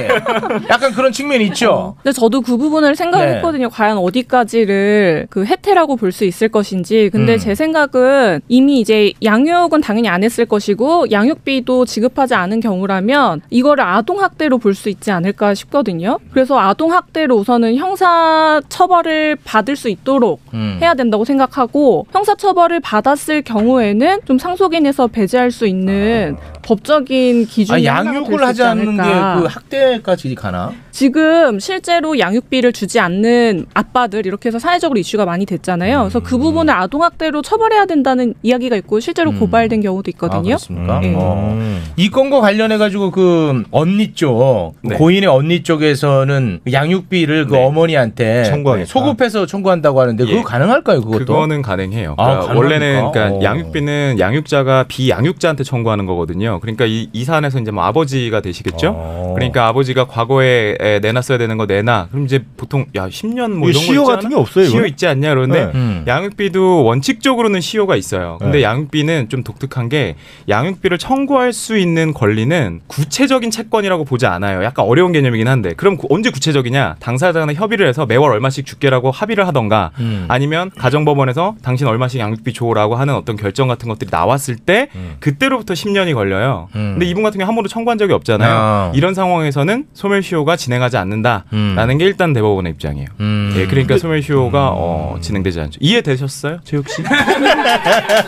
Speaker 4: 약간 그런 측면이 있죠.
Speaker 12: 근데 저도 그 부분을
Speaker 4: 네.
Speaker 12: 어, 생각했거든요. 과연 어디까지를 그 혜태라고 볼 수 있을 것인지. 근데
Speaker 4: 음.
Speaker 12: 제 생각은 이미 이제 양육은 당연히 안 했을 것이고 양육비도 지급하지 않은 경우라면 이거를 아동 학대로 볼 수 있지 않을까 싶거든요. 그래서 아동 학대로 우선은 형사 처벌을 받을 수 있도록
Speaker 13: 음.
Speaker 12: 해야 된다고 생각하고 형사 처벌을 받았을 경우에는 좀 상속인에서 배제할 수 있는 법적인
Speaker 4: 아,
Speaker 12: 기준이 하나가 될수 있지
Speaker 4: 양육을 하지 않는 게
Speaker 12: 않을까.
Speaker 4: 그 학대까지 가나?
Speaker 12: 지금 실제로 양육비를 주지 않는 아빠들 이렇게 해서 사회적으로 이슈가 많이 됐잖아요. 그래서
Speaker 4: 음.
Speaker 12: 그 부분을 아동학대로 처벌해야 된다는 이야기가 있고 실제로 고발된 경우도
Speaker 4: 아,
Speaker 12: 있거든요.
Speaker 4: 그렇습니까? 어. 이 건과 관련해 가지고 그 언니 쪽
Speaker 7: 네.
Speaker 4: 고인의 언니 쪽에서는 양육비를 그 어머니한테
Speaker 7: 청구하겠다.
Speaker 4: 소급해서 청구한다고 하는데 그거
Speaker 7: 예.
Speaker 4: 가능할까요? 그것도?
Speaker 7: 그거는 가능해요.
Speaker 4: 아,
Speaker 7: 그러니까
Speaker 4: 가능합니까?
Speaker 7: 원래는 그러니까
Speaker 4: 어.
Speaker 7: 양육비는 양육자가 비양육자한테 청구하는 거거든요. 그러니까 이, 이 사안에서 이제 뭐 아버지가 되시겠죠. 그러니까 아버지가 과거에 에, 내놨어야 되는 거 내놔. 그럼 이제 보통 야 10년 뭐
Speaker 3: 이거
Speaker 7: 이런
Speaker 3: 시효
Speaker 7: 거 있지
Speaker 3: 같은
Speaker 7: 않아?
Speaker 3: 게 없어요,
Speaker 7: 시효
Speaker 3: 이거는?
Speaker 7: 있지 않냐 그러는데
Speaker 3: 네. 음.
Speaker 7: 양육비도 원칙적으로는 시효가 있어요. 근데
Speaker 3: 네.
Speaker 7: 양육비는 좀 독특한 게 양육비를 청구할 수 있는 권리는 구체적인 채권이라고 보지 않아요. 약간 어려운 개념이긴 한데 그럼 구- 언제 구체적이냐? 당사자는 협의를 해서 매월 얼마씩 줄게라고 합의를 하던가
Speaker 4: 음.
Speaker 7: 아니면 가정법원에서 당신 얼마씩 양육비 줘라고 하는 어떤 결정 같은 것들이 나왔을 때 그때로부터 10년이 걸려요.
Speaker 4: 음.
Speaker 7: 근데 이분 같은 경우 한 번도 청구한 적이 없잖아요.
Speaker 4: 아.
Speaker 7: 이런 상황에서는 소멸시효가 진행하지 않는다라는 게 일단 대법원의 입장이에요. 예, 그러니까 소멸시효가 어, 진행되지 않죠. 이해되셨어요, 최욱 씨? [LAUGHS]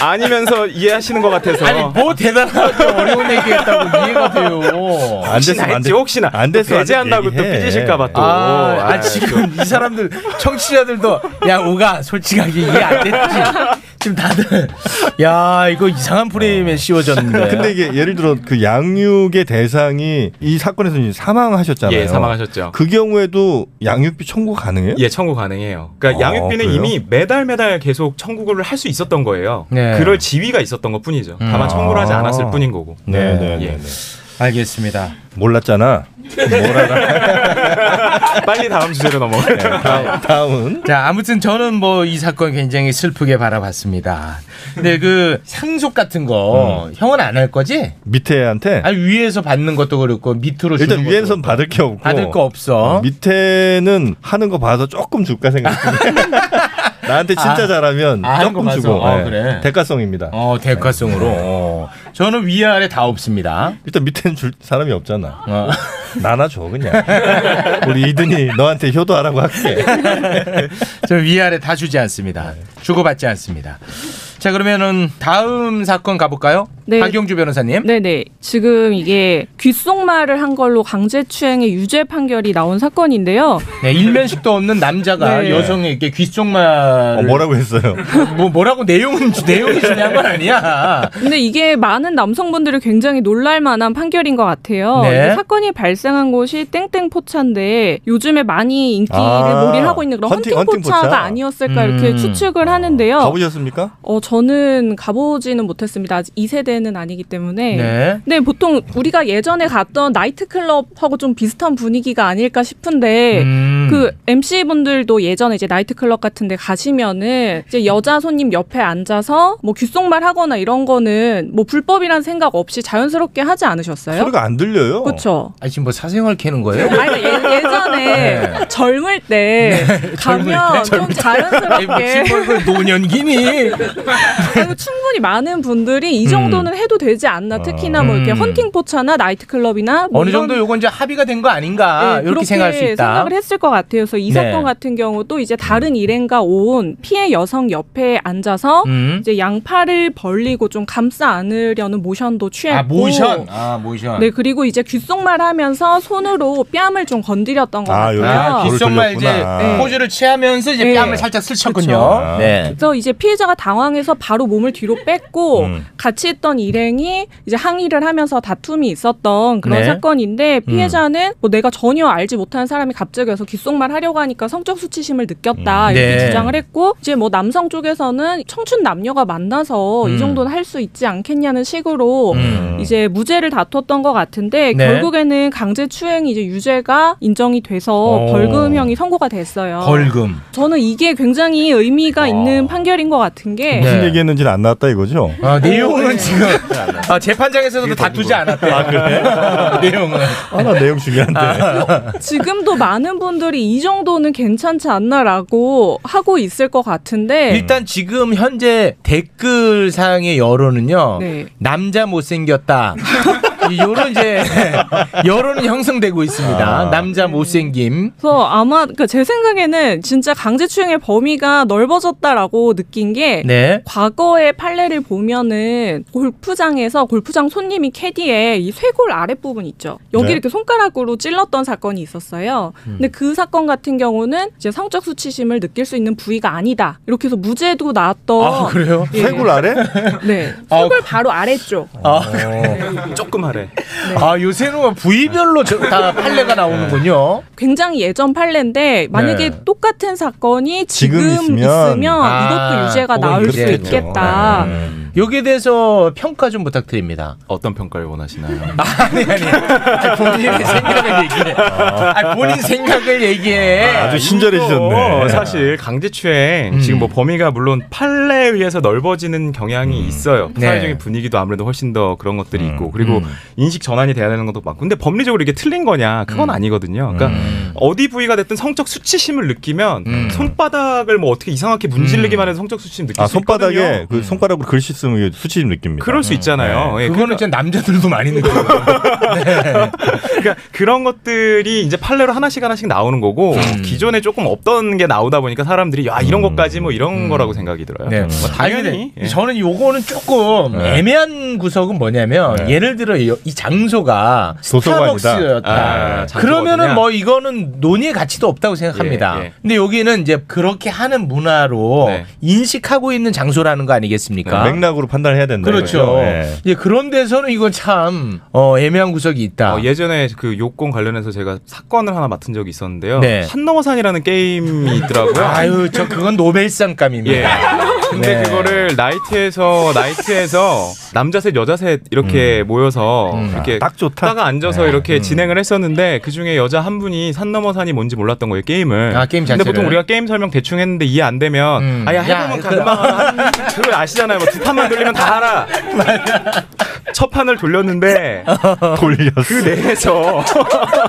Speaker 7: 아니면서 이해하시는 것 같아서.
Speaker 4: 아니 뭐 대단하게 어려운
Speaker 7: [LAUGHS]
Speaker 4: 얘기했다고 이해가 돼요.
Speaker 7: 안 됐으면 안 됐- 혹시나 안 됐으면 안 됐- 얘기해.
Speaker 4: 아, 아,
Speaker 7: 아,
Speaker 4: 지금 이 사람들 청취자들도 야 우가 솔직하게 이해 안 됐지. 지금 다들 야 이거 이상한 프레임에
Speaker 7: 네.
Speaker 3: [LAUGHS]
Speaker 4: 씌워졌는데.
Speaker 3: 근데 이게 예를 들어 그 양육의 대상이 이 사건에서 이제 사망하셨잖아요.
Speaker 7: 예, 사망하셨죠.
Speaker 3: 그 경우에도 양육비 청구 가능해요?
Speaker 7: 예, 청구 가능해요. 그러니까
Speaker 3: 아,
Speaker 7: 양육비는
Speaker 3: 그래요?
Speaker 7: 이미 매달 매달 계속 청구를 할 수 있었던 거예요.
Speaker 4: 네.
Speaker 7: 그럴 지위가 있었던 것 뿐이죠.
Speaker 4: 음.
Speaker 7: 다만 청구를 하지
Speaker 4: 아.
Speaker 7: 않았을 뿐인 거고.
Speaker 3: 네, 네,
Speaker 7: 예.
Speaker 3: 네,
Speaker 4: 알겠습니다.
Speaker 3: 몰랐잖아.
Speaker 7: 빨리 다음 주제로 넘어가요. 아,
Speaker 3: 다음은
Speaker 4: 자 아무튼 저는 뭐 이 사건 굉장히 슬프게 바라봤습니다. 근데 그 상속 같은 거
Speaker 3: 음.
Speaker 4: 형은 안 할 거지?
Speaker 3: 밑에한테
Speaker 4: 아니 위에서 받는 것도 그렇고 밑으로 주는
Speaker 3: 일단
Speaker 4: 것도
Speaker 3: 위에선 받을 게 없고
Speaker 4: 받을 거 없어.
Speaker 3: 밑에는 하는 거 봐서 조금 줄까
Speaker 4: [LAUGHS]
Speaker 3: 생각했는데 나한테 진짜
Speaker 4: 아.
Speaker 3: 잘하면
Speaker 4: 아, 하는 거
Speaker 3: 조금
Speaker 4: 봐서.
Speaker 3: 주고
Speaker 4: 아,
Speaker 3: 예.
Speaker 4: 그래.
Speaker 3: 대가성입니다.
Speaker 4: 어 대가성으로.
Speaker 3: 네.
Speaker 4: 어. 저는 위에 아래 다 없습니다.
Speaker 3: 일단 밑에는 줄 사람이
Speaker 4: [LAUGHS]
Speaker 3: 없잖아. [LAUGHS]
Speaker 4: 어.
Speaker 3: 나나 줘 그냥. 우리 이든이 너한테 효도하라고 할게.
Speaker 4: 저 위아래 다 주지
Speaker 3: 네.
Speaker 4: 않습니다. 주고받지 않습니다. 자 그러면은 다음 사건 가볼까요?
Speaker 12: 네.
Speaker 4: 박용주 변호사님.
Speaker 12: 네네. 지금 이게 귓속말을 한 걸로 강제추행의 유죄 판결이 나온 사건인데요.
Speaker 4: 네, 일면식도 없는 남자가
Speaker 12: 네.
Speaker 4: 여성에게 귓속말
Speaker 3: 어, 뭐라고 했어요?
Speaker 4: 뭐 뭐라고 내용은 주- 내용이 중요한 건 아니야.
Speaker 12: 근데 이게 많은 남성분들이 굉장히 놀랄 만한 판결인 것 같아요.
Speaker 4: 네.
Speaker 12: 이게 사건이 발생한 곳이 땡땡 포차인데 요즘에 많이 인기를
Speaker 3: 아,
Speaker 12: 몰이하고 있는 그런
Speaker 3: 헌팅-
Speaker 12: 헌팅,
Speaker 3: 헌팅 포차.
Speaker 12: 포차가 아니었을까
Speaker 3: 음.
Speaker 12: 이렇게 추측을 하는데요.
Speaker 3: 가보셨습니까?
Speaker 12: 어, 저는 가보지는 못했습니다. 아직 2세대는 아니기 때문에.
Speaker 4: 네.
Speaker 12: 근데 보통 우리가 예전에 갔던 나이트클럽하고 좀 비슷한 분위기가 아닐까 싶은데
Speaker 4: 음.
Speaker 12: 그 MC분들도 예전에 이제 나이트클럽 같은 데 가시면은 이제 여자 손님 옆에 앉아서 뭐 귓속말 하거나 이런 거는 뭐 불법이란 생각 없이 자연스럽게 하지 않으셨어요?
Speaker 3: 소리가 안 들려요.
Speaker 12: 그렇죠.
Speaker 4: 아 지금 뭐 사생활 캐는 거예요? 네.
Speaker 12: 아니, 예, 예전에 젊을 때 가면 좀 자연스럽게
Speaker 4: 시골
Speaker 12: [LAUGHS]
Speaker 4: 뭐 노년기니 네.
Speaker 12: 그리고 충분히 많은 분들이 이 정도는 해도 되지 않나 특히나 뭐 이렇게
Speaker 4: 음.
Speaker 12: 헌팅 포차나 나이트클럽이나 뭐
Speaker 4: 어느
Speaker 12: 이런
Speaker 4: 정도 요건 이제 합의가 된 거 아닌가
Speaker 12: 네,
Speaker 4: 이렇게 생각할 수 있다.
Speaker 12: 생각을 했을 것 같아요. 그래서 이
Speaker 4: 네.
Speaker 12: 사건 같은 경우도 이제 다른 일행과 온 피해 여성 옆에 앉아서
Speaker 4: 음.
Speaker 12: 어? 이제 양팔을 벌리고 좀 감싸 안으려는 모션도 취했고.
Speaker 4: 아 모션, 아 모션.
Speaker 12: 네 그리고 이제 귓속말하면서 손으로 뺨을 좀 건드렸던 것
Speaker 4: 아,
Speaker 12: 같아요.
Speaker 4: 여기가 귓속말 이제 네.
Speaker 3: 아.
Speaker 4: 포즈를 취하면서
Speaker 12: 네.
Speaker 4: 이제 뺨을 살짝
Speaker 12: 그렇죠.
Speaker 4: 스쳤군요. 네.
Speaker 12: 그래서 이제 피해자가 당황해서 바로 몸을 뒤로 뺐고 같이 있던 일행이 이제 항의를 하면서 다툼이 있었던 그런
Speaker 13: 네.
Speaker 12: 사건인데
Speaker 4: 음.
Speaker 12: 피해자는 뭐 내가 전혀 알지 못하는 사람이 갑자기 와서 귓속말 하려고 하니까 성적 수치심을 느꼈다
Speaker 13: 음.
Speaker 12: 이렇게
Speaker 13: 네.
Speaker 12: 주장을 했고 이제 뭐 남성 쪽에서는 청춘 남녀가 만나서
Speaker 13: 음.
Speaker 12: 이 정도는 할 수 있지 않겠냐는 식으로
Speaker 13: 음.
Speaker 12: 이제 무죄를 다퉜던 것 같은데
Speaker 13: 네.
Speaker 12: 결국에는 강제추행이 이제 유죄가 인정이 돼서
Speaker 4: 오.
Speaker 12: 벌금형이 선고가 됐어요.
Speaker 4: 어. 벌금.
Speaker 12: 저는 이게 굉장히
Speaker 4: 아.
Speaker 12: 의미가 있는 판결인 것 같은 게
Speaker 3: 무슨
Speaker 4: 네.
Speaker 3: 얘기했는지는 안 나왔다 이거죠.
Speaker 4: 아, 내용은 지금 아, 재판장에서도 다투지 않았대요.
Speaker 3: 아, 그래?
Speaker 4: [LAUGHS] 내용은.
Speaker 3: 아, 나 내용 중요한데.
Speaker 12: 지금도 많은 분들이 이 정도는 괜찮지 않나라고 하고 있을 것 같은데
Speaker 4: 일단 지금 현재 댓글 상의 여론은요.
Speaker 12: 네.
Speaker 4: 남자
Speaker 12: [LAUGHS]
Speaker 4: 못생겼다. 이런 이제 여론이 형성되고 있습니다. 남자
Speaker 12: 음.
Speaker 4: 못생김.
Speaker 12: 그래서 아마 그러니까 제 생각에는 진짜 강제추행의 범위가 넓어졌다라고 느낀 게
Speaker 4: 네.
Speaker 12: 과거의 판례를 보면은 골프장에서 골프장 손님이 캐디에 이 쇄골 아랫부분 있죠 여기
Speaker 13: 네.
Speaker 12: 이렇게 손가락으로 찔렀던 사건이 있었어요
Speaker 13: 음.
Speaker 12: 근데 그 사건 같은 경우는 이제 성적 수치심을 느낄 수 있는 부위가 아니다 이렇게 해서 무죄도 나왔던
Speaker 4: 아, 그래요?
Speaker 12: 예.
Speaker 4: 쇄골 아래?
Speaker 12: 네 쇄골 바로 아래쪽
Speaker 4: 아,
Speaker 3: 어,
Speaker 7: 네. [LAUGHS]
Speaker 4: 그래. 조금 하래.
Speaker 12: 네.
Speaker 4: 아, 요새는 뭐 부위별로 저- 다 판례가 나오는군요.
Speaker 12: 굉장히 예전 판례인데 만약에
Speaker 4: 네.
Speaker 12: 똑같은 사건이 지금,
Speaker 4: 지금
Speaker 12: 있으면,
Speaker 4: 있으면 아,
Speaker 12: 이것도 유죄가
Speaker 4: 그건
Speaker 12: 나올 수
Speaker 4: 그렇겠죠.
Speaker 12: 있겠다.
Speaker 3: 음.
Speaker 4: 여기에 대해서 평가 좀 부탁드립니다. [LAUGHS]
Speaker 7: 어떤 평가를 원하시나요?
Speaker 4: 아니, 본인의 생각을 얘기해. 아, 본인 생각을 얘기해.
Speaker 7: 아, 이거 어,
Speaker 3: 네.
Speaker 7: 사실 강제추행 지금
Speaker 3: 음.
Speaker 7: 뭐 범위가 물론 판례에 의해서 넓어지는 경향이 있어요.
Speaker 4: 네.
Speaker 7: 사회적인 분위기도 아무래도 훨씬 더 그런 것들이 있고 그리고
Speaker 4: 음.
Speaker 7: 인식 전환이 돼야 되는 것도 많고 근데 법리적으로 이게 틀린 거냐 그건
Speaker 3: 음.
Speaker 7: 아니거든요. 그러니까 어디 부위가 됐든 성적 수치심을 느끼면 손바닥을 뭐 어떻게 이상하게 문지르기만 해도 성적 수치심 느낄
Speaker 3: 음. 아
Speaker 7: 수 있거든요.
Speaker 3: 손바닥에 네. 그 손가락으로 글씨 쓰면 이게 수치심 느낍니다.
Speaker 7: 그럴 수 있잖아요. 예,
Speaker 4: 그거는 진짜 남자들도 많이 느껴요.
Speaker 7: 그러니까 그런 것들이 이제 판례로 하나씩 하나씩 나오는 거고
Speaker 4: 음.
Speaker 7: 기존에 조금 없던 게 나오다 보니까 사람들이 야 이런 것까지 뭐 이런 거라고 생각이 들어요.
Speaker 4: 음. 네.
Speaker 7: 뭐 당연히
Speaker 4: 아니, 근데 저는 요거는 조금
Speaker 7: 네.
Speaker 4: 애매한 구석은 뭐냐면 예를 들어 이, 이 장소가
Speaker 7: 도서관이다.
Speaker 4: 스타벅스였다.
Speaker 7: 아, 장소거든요.
Speaker 4: 그러면은 뭐 이거는 논의의 가치도 없다고 생각합니다.
Speaker 7: 예, 네. 예.
Speaker 4: 근데 여기는 이제 그렇게 하는 문화로 인식하고 있는 장소라는 거 아니겠습니까?
Speaker 3: 네, 맥락으로 판단해야 된다.
Speaker 4: 그렇죠.
Speaker 3: 이거죠.
Speaker 7: 네.
Speaker 3: 예.
Speaker 4: 예, 그런 데서는 이건 참 어, 애매한 구석이 있다.
Speaker 7: 예전에 그 욕공 관련해서 제가 사건을 하나 맡은 적이 있었는데요.
Speaker 4: 네.
Speaker 7: 산넘어산이라는 게임이 있더라고요.
Speaker 4: 아유, 저 그건 노벨상감입니다.
Speaker 7: 예.
Speaker 4: [LAUGHS]
Speaker 7: 근데 그거를 나이트에서 나이트에서 남자 셋 여자 셋 이렇게 모여서 이렇게 음. 아, 딱 좋다. 네. 음. 따가 앉아서 이렇게 진행을 했었는데 그 중에 여자 한 분이 산 넘어 산이 뭔지 몰랐던 거예요 게임을.
Speaker 4: 아, 게임
Speaker 7: 근데
Speaker 4: 자체를.
Speaker 7: 보통 우리가 게임 설명 대충 했는데 이해 안 되면 아야 그 해보면 금방 그걸 아시잖아요. 뭐두 판만 돌리면 다 [LAUGHS] 알아. 아, 첫 판을 돌렸는데
Speaker 3: 돌렸어.
Speaker 7: 그 내에서 [LAUGHS]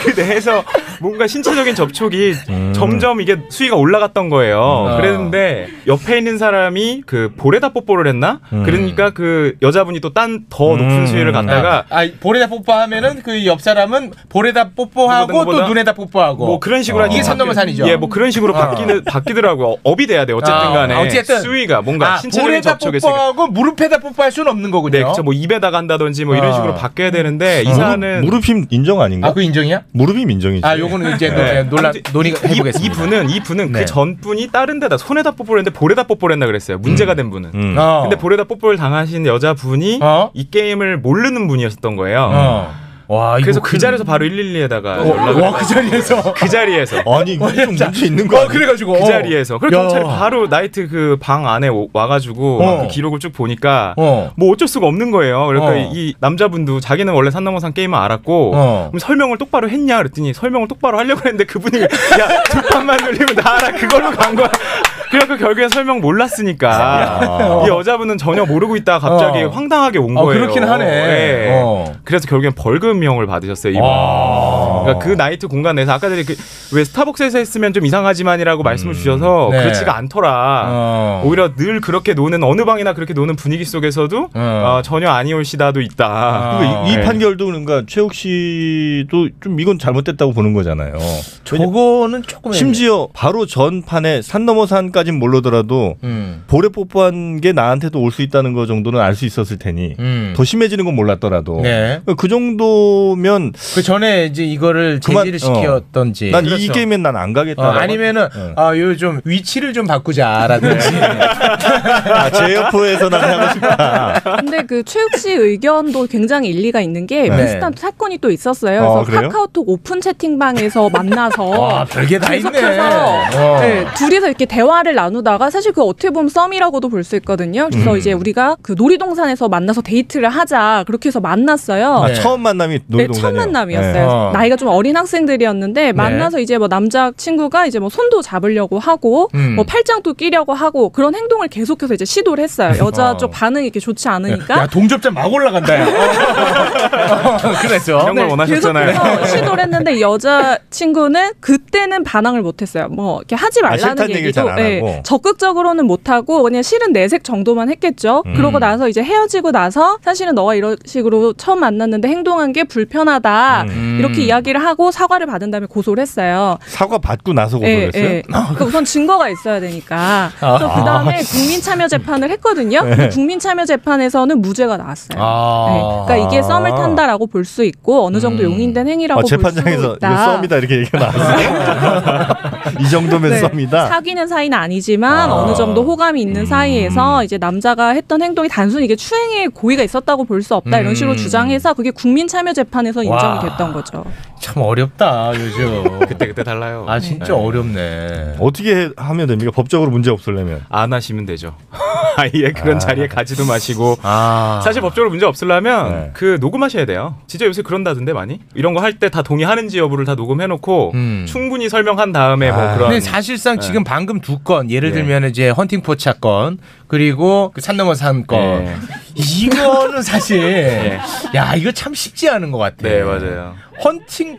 Speaker 7: 그 내에서 뭔가 신체적인 접촉이 점점 이게 수위가 올라갔던 거예요.
Speaker 4: 음. 아.
Speaker 7: 그랬는데 옆에 있는 사람이 그 볼에다 뽀뽀를 했나?
Speaker 4: 음.
Speaker 7: 그러니까 그 여자분이 또 딴 더 높은 수위를 갔다가
Speaker 4: 아, 아, 볼에다 뽀뽀하면은 그 옆 사람은 볼에다 뽀뽀하고
Speaker 7: 뭐보다-
Speaker 4: 또 눈에다 뽀뽀하고
Speaker 7: 뭐 그런 식으로
Speaker 4: 어.
Speaker 7: 하니까
Speaker 4: 이게 산넘어 산이죠.
Speaker 7: 예, 뭐 그런 식으로
Speaker 4: 어.
Speaker 7: 바뀌는 바뀌더라고요. 어, 업이 돼야 돼. 어쨌든
Speaker 4: 아,
Speaker 7: 간에
Speaker 4: 어쨌든.
Speaker 7: 수위가 뭔가
Speaker 4: 아,
Speaker 7: 신체적인
Speaker 4: 볼에다
Speaker 7: 접촉에서
Speaker 4: 뽀뽀하고 무릎에다 뽀뽀할 수는 없는 거군요.
Speaker 7: 네, 그쵸. 뭐 입에다 간다든지 뭐 이런
Speaker 4: 아. 음.
Speaker 7: 식으로 바뀌어야 되는데
Speaker 3: 무릎-
Speaker 7: 이사는
Speaker 3: 무릎힘 인정 아닌가?
Speaker 4: 아, 그 인정이야?
Speaker 3: 무릎힘 인정이지.
Speaker 4: 아, 요거는 이제 노- 논란- 논의가 해보겠습니다.
Speaker 7: 네. 이 분은 이 분은
Speaker 4: 네.
Speaker 7: 그 전 분이 다른 데다 손에다 뽀뽀를 했는데 볼에다 뽀뽀를 했나 그랬어요. 문제가 된 분은.
Speaker 3: 음.
Speaker 4: 어.
Speaker 7: 어? 근데 볼에다 뽀뽀를 당하신 여자분이 이 게임을 모르는 분이었던 거예요.
Speaker 4: 어. 와,
Speaker 7: 그래서 그 자리에서 바로 112에다가
Speaker 4: 어,
Speaker 7: 연락을
Speaker 4: 와, 그 자리에서
Speaker 7: [LAUGHS] 그 자리에서
Speaker 4: 아니, 이거 좀 문제 있는 거 어, 아니야? 그래가지고,
Speaker 7: 그
Speaker 4: 어.
Speaker 7: 자리에서 그래
Speaker 4: 야.
Speaker 7: 경찰이 바로 나이트 그 방 안에 오- 와가지고
Speaker 4: 어.
Speaker 7: 그 기록을 쭉 보니까
Speaker 4: 어.
Speaker 7: 뭐 어쩔 수가 없는 거예요. 그러니까
Speaker 4: 어.
Speaker 7: 이 남자분도 자기는 원래 산 넘어산 게임을 알았고
Speaker 4: 어.
Speaker 7: 그럼 설명을 똑바로 했냐 그랬더니 설명을 똑바로 하려고 했는데 그분이 [LAUGHS] 야두 판만 돌리면 나 알아 그걸로 간 거야. [LAUGHS] 그래갖고 결국엔 설명 몰랐으니까
Speaker 4: 야.
Speaker 7: 이 여자분은 전혀 모르고 있다가 갑자기
Speaker 4: 아. 어.
Speaker 7: 황당하게 온
Speaker 4: 어,
Speaker 7: 거예요.
Speaker 4: 그렇긴 하네.
Speaker 7: 예.
Speaker 4: 어.
Speaker 7: 그래서 결국엔 벌금형을 받으셨어요. 이분.
Speaker 4: 아.
Speaker 7: 그러니까 그 나이트 공간 에서 아까 전에 그왜 스타벅스에서 했으면 좀 이상하지만이라고 말씀을 주셔서
Speaker 4: 네.
Speaker 7: 그렇지가 않더라.
Speaker 4: 어.
Speaker 7: 오히려 늘 그렇게 노는 어느 방이나 그렇게 노는 분위기 속에서도 어, 전혀 아니올 시다도 있다.
Speaker 3: 그러니까 이, 이
Speaker 7: 네.
Speaker 3: 판결도 그러니까 최욱 씨도 좀 이건 잘못됐다고 보는 거잖아요.
Speaker 4: 네. 저거는 조금
Speaker 3: 심지어 바로 전 판에 산 넘어 산까진 모르더라도
Speaker 4: 음.
Speaker 3: 볼에 뽀뽀한 게 나한테도 올 수 있다는 거 정도는 알 수 있었을 테니
Speaker 4: 음.
Speaker 3: 더 심해지는 건 몰랐더라도
Speaker 4: 네.
Speaker 3: 그 정도면
Speaker 4: 그 전에 이제 이거를 제지를
Speaker 7: 어. 예,
Speaker 4: 시켰던지.
Speaker 3: 난이
Speaker 4: 그렇죠.
Speaker 3: 게임엔 난 안 가겠다.
Speaker 4: 어, 아니면은 아, 요 좀 위치를 좀
Speaker 12: [LAUGHS]
Speaker 4: 바꾸자라든지.
Speaker 12: 네.
Speaker 3: 아, 제 옆에서 난 하고 싶다.
Speaker 4: 네.
Speaker 12: 근데 그 최욱 씨 의견도 굉장히 일리가 있는 게
Speaker 4: 네.
Speaker 12: 비슷한 사건이 또 있었어요.
Speaker 4: 어,
Speaker 12: 그래서
Speaker 4: 그래요?
Speaker 12: 카카오톡 오픈 채팅방에서 만나서
Speaker 4: 와, 아, 별게 다 있네.
Speaker 12: 계속해서
Speaker 4: 어.
Speaker 12: 어, 네, 둘이서 이렇게 대화를 나누다가 사실 그 어떻게 보면 썸이라고도 볼 수 있거든요. 그래서
Speaker 3: 음.
Speaker 12: 이제 우리가 그 놀이동산에서 만나서 데이트를 하자 그렇게 해서 만났어요.
Speaker 3: 아, 처음 만남이
Speaker 12: 네,
Speaker 3: 놀이동산이에요.
Speaker 12: 첫 만남이었어요.
Speaker 3: 네.
Speaker 12: 그래서 나이가 좀 어린
Speaker 4: 네.
Speaker 12: 학생들이었는데 만나서 이제 뭐 남자 친구가 이제 뭐 손도 잡으려고 하고
Speaker 4: 음.
Speaker 12: 뭐 팔짱도 끼려고 하고 그런 행동을 계속해서 이제 시도를 했어요. 여자 쪽 반응이 이렇게 좋지 않으니까
Speaker 4: 야, 동접자 막 올라간다. 야. 어, [LAUGHS] 그랬죠.
Speaker 12: 네.
Speaker 7: 이런 걸 원하셨잖아요.
Speaker 12: 계속해서 어, 시도를 했는데 여자 친구는 그때는 반항을 못했어요. 뭐 이렇게 하지
Speaker 7: 아,
Speaker 12: 말라는
Speaker 7: 싫다는 얘기를
Speaker 12: 얘기도
Speaker 7: 잘안
Speaker 12: 예,
Speaker 3: 어.
Speaker 7: 하고.
Speaker 12: 적극적으로는 못하고 그냥 싫은 내색 정도만 했겠죠.
Speaker 7: 음.
Speaker 12: 그러고 나서 이제 헤어지고 나서 사실은 너와 이런 식으로 처음 만났는데 행동한 게 불편하다
Speaker 3: 음.
Speaker 12: 이렇게 이야기를 하고 사과를 받은 다음에 고소를 했어요.
Speaker 3: 사과 받고 나서
Speaker 12: 예,
Speaker 3: 고소했어요.
Speaker 12: 예. 그 우선 증거가 있어야 되니까. 그래서
Speaker 3: 아.
Speaker 12: 그 다음에 국민참여 재판을 했거든요.
Speaker 3: 네.
Speaker 12: 근데 국민참여 재판에서는 무죄가 나왔어요.
Speaker 3: 아.
Speaker 12: 네. 그러니까 이게 썸을 탄다라고 볼 수 있고 어느 정도 용인된 행위라고
Speaker 3: 아,
Speaker 12: 볼 수
Speaker 3: 재판장에서 이거
Speaker 12: 있다.
Speaker 3: 썸이다 이렇게
Speaker 12: [LAUGHS]
Speaker 3: 얘기가 나왔어요. 이 정도면
Speaker 12: 네,
Speaker 3: 썸이다.
Speaker 12: 사귀는 사이는 아니지만
Speaker 3: 아.
Speaker 12: 어느 정도 호감이 있는 사이에서 이제 남자가 했던 행동이 단순히 이게 추행의 고의가 있었다고 볼 수 없다 이런 식으로
Speaker 4: 음.
Speaker 12: 주장해서 그게 국민 참여 재판에서 인정이
Speaker 4: 와.
Speaker 12: 됐던 거죠.
Speaker 4: 참 어렵다, 요즘.
Speaker 7: [LAUGHS] 그때 그때 달라요. 네.
Speaker 4: 아, 진짜 어렵네.
Speaker 3: 어떻게 해- 하면 됩니까? 법적으로 문제 없으려면
Speaker 7: 안 하시면 되죠. [LAUGHS] 아예 그런
Speaker 3: 아.
Speaker 7: 자리에 가지도 마시고
Speaker 4: 아. 네.
Speaker 7: 사실 법적으로 문제 없으려면 그 녹음하셔야 돼요. 진짜 요새 그런다던데 많이 이런 거 할 때 다 동의하는지 여부를 다 녹음해놓고 충분히 설명한 다음에 뭐 그런.
Speaker 4: 근데 사실상
Speaker 7: 네.
Speaker 4: 지금 방금 두 건, 예를
Speaker 7: 예.
Speaker 4: 들면 이제 헌팅 포차 건, 그리고 그 산넘어 산
Speaker 7: 네.
Speaker 4: 건. 이거는 사실, 야, 이거 참 쉽지 않은 것 같아.
Speaker 7: 네, 맞아요.
Speaker 4: 헌팅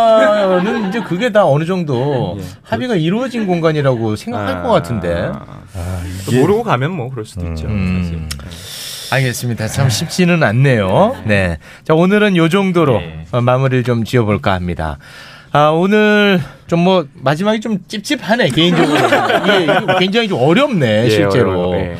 Speaker 4: 포차는 이제 그게 다 어느
Speaker 7: 네.
Speaker 4: 정도 합의가 이루어진 공간이라고 생각할 것 같은데.
Speaker 7: 아.
Speaker 4: 아, 음.
Speaker 7: 또 모르고 가면 뭐 그럴 수도 있죠.
Speaker 4: 알겠습니다.
Speaker 7: 네.
Speaker 4: 참 쉽지는 않네요. 네. 자, 오늘은 요 정도로
Speaker 7: 네.
Speaker 4: 어, 마무리를 좀 지어볼까 합니다. 아, 오늘 좀 뭐 마지막이 좀 찝찝하네, 개인적으로. 예, 이거 굉장히 좀 어렵네,
Speaker 7: 예,
Speaker 4: 실제로.
Speaker 7: 어려워요. 예.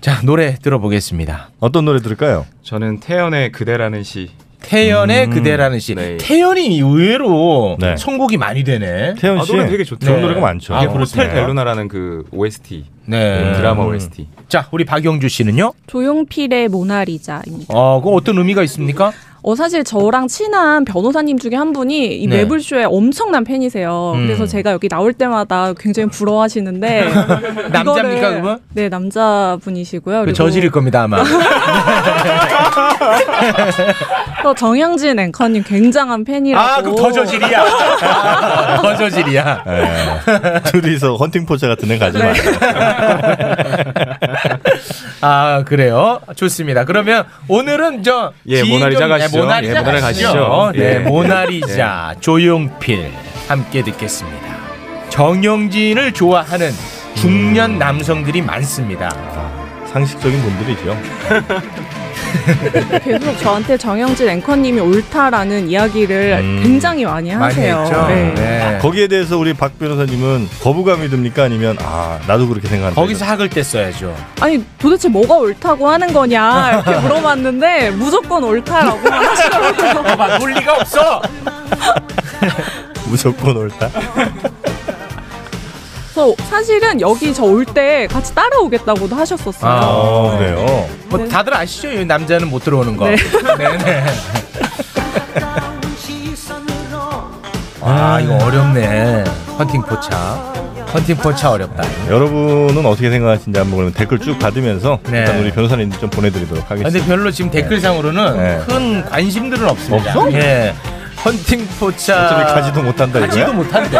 Speaker 4: 자, 노래 들어보겠습니다.
Speaker 3: 어떤 노래 들을까요?
Speaker 7: 저는 태연의 그대라는 시.
Speaker 4: 태연의 그대라는 시. 태연이 의외로
Speaker 7: 음, 네.
Speaker 4: 선곡이 많이 되네.
Speaker 7: 아, 노래 되게 좋죠. 예, 이게 호텔
Speaker 4: 그렇습니다.
Speaker 7: 델루나라는 그 OST.
Speaker 4: 네.
Speaker 7: 그 드라마
Speaker 4: 음.
Speaker 7: OST.
Speaker 4: 자, 우리 박영주 씨는요?
Speaker 12: 조용필의 모나리자입니다.
Speaker 4: 어, 그 어떤 의미가 있습니까?
Speaker 12: 어 사실 저랑 친한 변호사님 중에 한 분이 이
Speaker 4: 네.
Speaker 12: 매불쇼의 엄청난 팬이세요.
Speaker 4: 음.
Speaker 12: 그래서 제가 여기 나올 때마다 굉장히 부러워하시는데
Speaker 4: 남자입니까,
Speaker 12: 이거를-
Speaker 4: 그분?
Speaker 12: 네 남자분이시고요.
Speaker 4: 그
Speaker 12: 그리고
Speaker 4: 저지를 겁니다, 아마.
Speaker 12: 또 정영진 앵커님 굉장한 팬이라고.
Speaker 4: 아, 그럼 더 저질이야. [LAUGHS] 아, 더 저질이야.
Speaker 3: 예. 둘이서 헌팅 포차 같은 데 가지 마.
Speaker 4: 네. 아 그래요? 좋습니다. 그러면 오늘은 저
Speaker 7: 예,
Speaker 4: 긴
Speaker 7: 모나리자
Speaker 4: 좀-
Speaker 7: 가시죠.
Speaker 4: 네, 모나리자
Speaker 7: 예, 모나리자
Speaker 4: 가시죠.
Speaker 7: 가시죠.
Speaker 4: 네,
Speaker 7: 예.
Speaker 4: 모나리자 조용필 함께 듣겠습니다. 정영진을 좋아하는 중년
Speaker 7: 음.
Speaker 4: 남성들이 많습니다.
Speaker 3: 아, 상식적인 분들이죠.
Speaker 12: 계속 저한테 정영진 앵커님이 옳다라는 이야기를
Speaker 3: 음.
Speaker 12: 굉장히 많이 하세요. 네.
Speaker 3: 거기에 대해서 우리 박 변호사님은 거부감이 듭니까? 아니면 아 나도 그렇게 생각한다.
Speaker 4: 거기서 학을 뗐어야죠.
Speaker 12: 아니 도대체 뭐가 옳다고 하는 거냐 이렇게 물어봤는데 무조건 옳다라고 하시더라고요.
Speaker 3: 어,
Speaker 4: 봐봐, 논리가 없어.
Speaker 3: 무조건 옳다.
Speaker 12: 그래서 사실은 여기 저 올 때 같이 따라오겠다고도
Speaker 4: 아,
Speaker 12: 하셨었어요.
Speaker 4: 그래요? 뭐 다들 아시죠? 이 남자는 못 들어오는 거.
Speaker 12: 네.
Speaker 4: 네네. 아 이거 어렵네. 헌팅 포차. 헌팅 포차 어렵다.
Speaker 3: 여러분은 어떻게 생각하시는지 한번 그러면 댓글 쭉 받으면서
Speaker 4: 네.
Speaker 3: 일단 우리 변호사님 좀 보내드리도록
Speaker 4: 아,
Speaker 3: 하겠습니다.
Speaker 4: 근데 별로 지금 댓글상으로는
Speaker 3: 네.
Speaker 4: 큰 관심들은 없습니다.
Speaker 3: 없어?
Speaker 4: 예. 헌팅 포차.
Speaker 3: 어차피 가지도 못한다 이거야?
Speaker 4: 아, 가지도
Speaker 3: [LAUGHS]
Speaker 4: 못한대.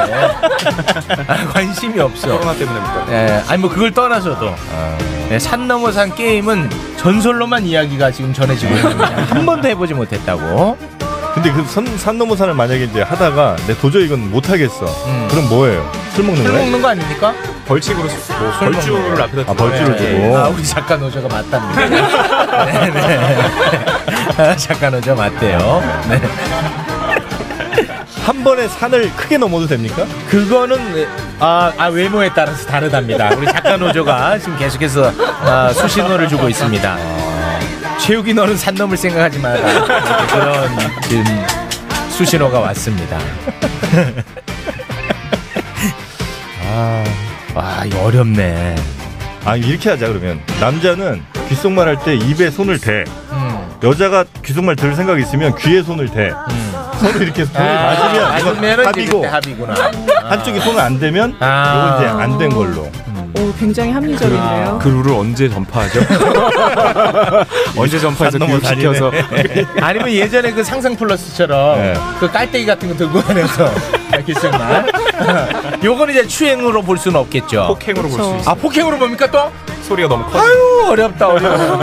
Speaker 4: 아, 관심이 없어.
Speaker 7: 코로나 때문입니까?
Speaker 4: 예. 아니 뭐 그걸 떠나서도
Speaker 3: 아.
Speaker 4: 예, 산 넘어 산 게임은 전설로만 이야기가 지금 전해지고 있습니다.
Speaker 3: [LAUGHS]
Speaker 4: 한 번도 해보지 못했다고.
Speaker 3: 근데 그 산, 산 넘어 산을 만약에 이제 하다가 내 도저히 이건 못하겠어. 그럼 뭐예요? 술 먹는
Speaker 4: 음. 술
Speaker 3: 거예요?
Speaker 4: 먹는 거 아닙니까?
Speaker 7: 벌칙으로 뭐
Speaker 4: 술 먹는
Speaker 7: 벌주를
Speaker 4: 거.
Speaker 7: 앞에다
Speaker 3: 아, 벌주를
Speaker 4: 예,
Speaker 3: 두고.
Speaker 4: 예. 아 우리 작가 노조가
Speaker 3: [LAUGHS]
Speaker 4: 맞답니다. 네, [LAUGHS] 네. 작가 노조 맞대요. 네.
Speaker 3: 한 번에 산을 크게 넘어도 됩니까?
Speaker 4: 그거는 아, 아, 외모에 따라서 다르답니다. 우리 작가 노조가 지금 계속해서 아, 수신호를 주고 있습니다. 최욱이 너는 산 넘을 생각하지 마라. 이렇게 그런 지금 수신호가 왔습니다. [LAUGHS] 아, 와, 이거 어렵네.
Speaker 3: 아 이렇게 하자 그러면 남자는 귓속말 할 때 입에 손을 대. 여자가 귓속말 들 생각 있으면 귀에 손을 대. 서로 이렇게 음. 손을
Speaker 4: 아,
Speaker 3: 맞으면 이건
Speaker 4: 맞으면은 이제
Speaker 3: 합이고 아.
Speaker 4: 그때 합이구나. 아.
Speaker 3: 한쪽이 손을 안 대면 이건 이제 안 된 걸로.
Speaker 12: 오, 굉장히 합리적인데요.
Speaker 7: 그 룰을 언제 [LAUGHS] 전파하죠? 언제 전파해서
Speaker 4: 산 넘어
Speaker 7: [LAUGHS] 교육시켜서
Speaker 4: 산이네. 아니면 예전에 그 상상 플러스처럼
Speaker 3: 네.
Speaker 4: 그 깔때기 같은 거 들고 다녀서 [LAUGHS] 귓속말.
Speaker 3: [LAUGHS]
Speaker 4: 요건 이제 추행으로 볼 수는 없겠죠.
Speaker 7: 폭행으로 볼수 그렇죠. 있어요.
Speaker 4: 아 폭행으로 봅니까 또?
Speaker 7: 소리가 너무 커.
Speaker 4: 아유 어렵다 어려워.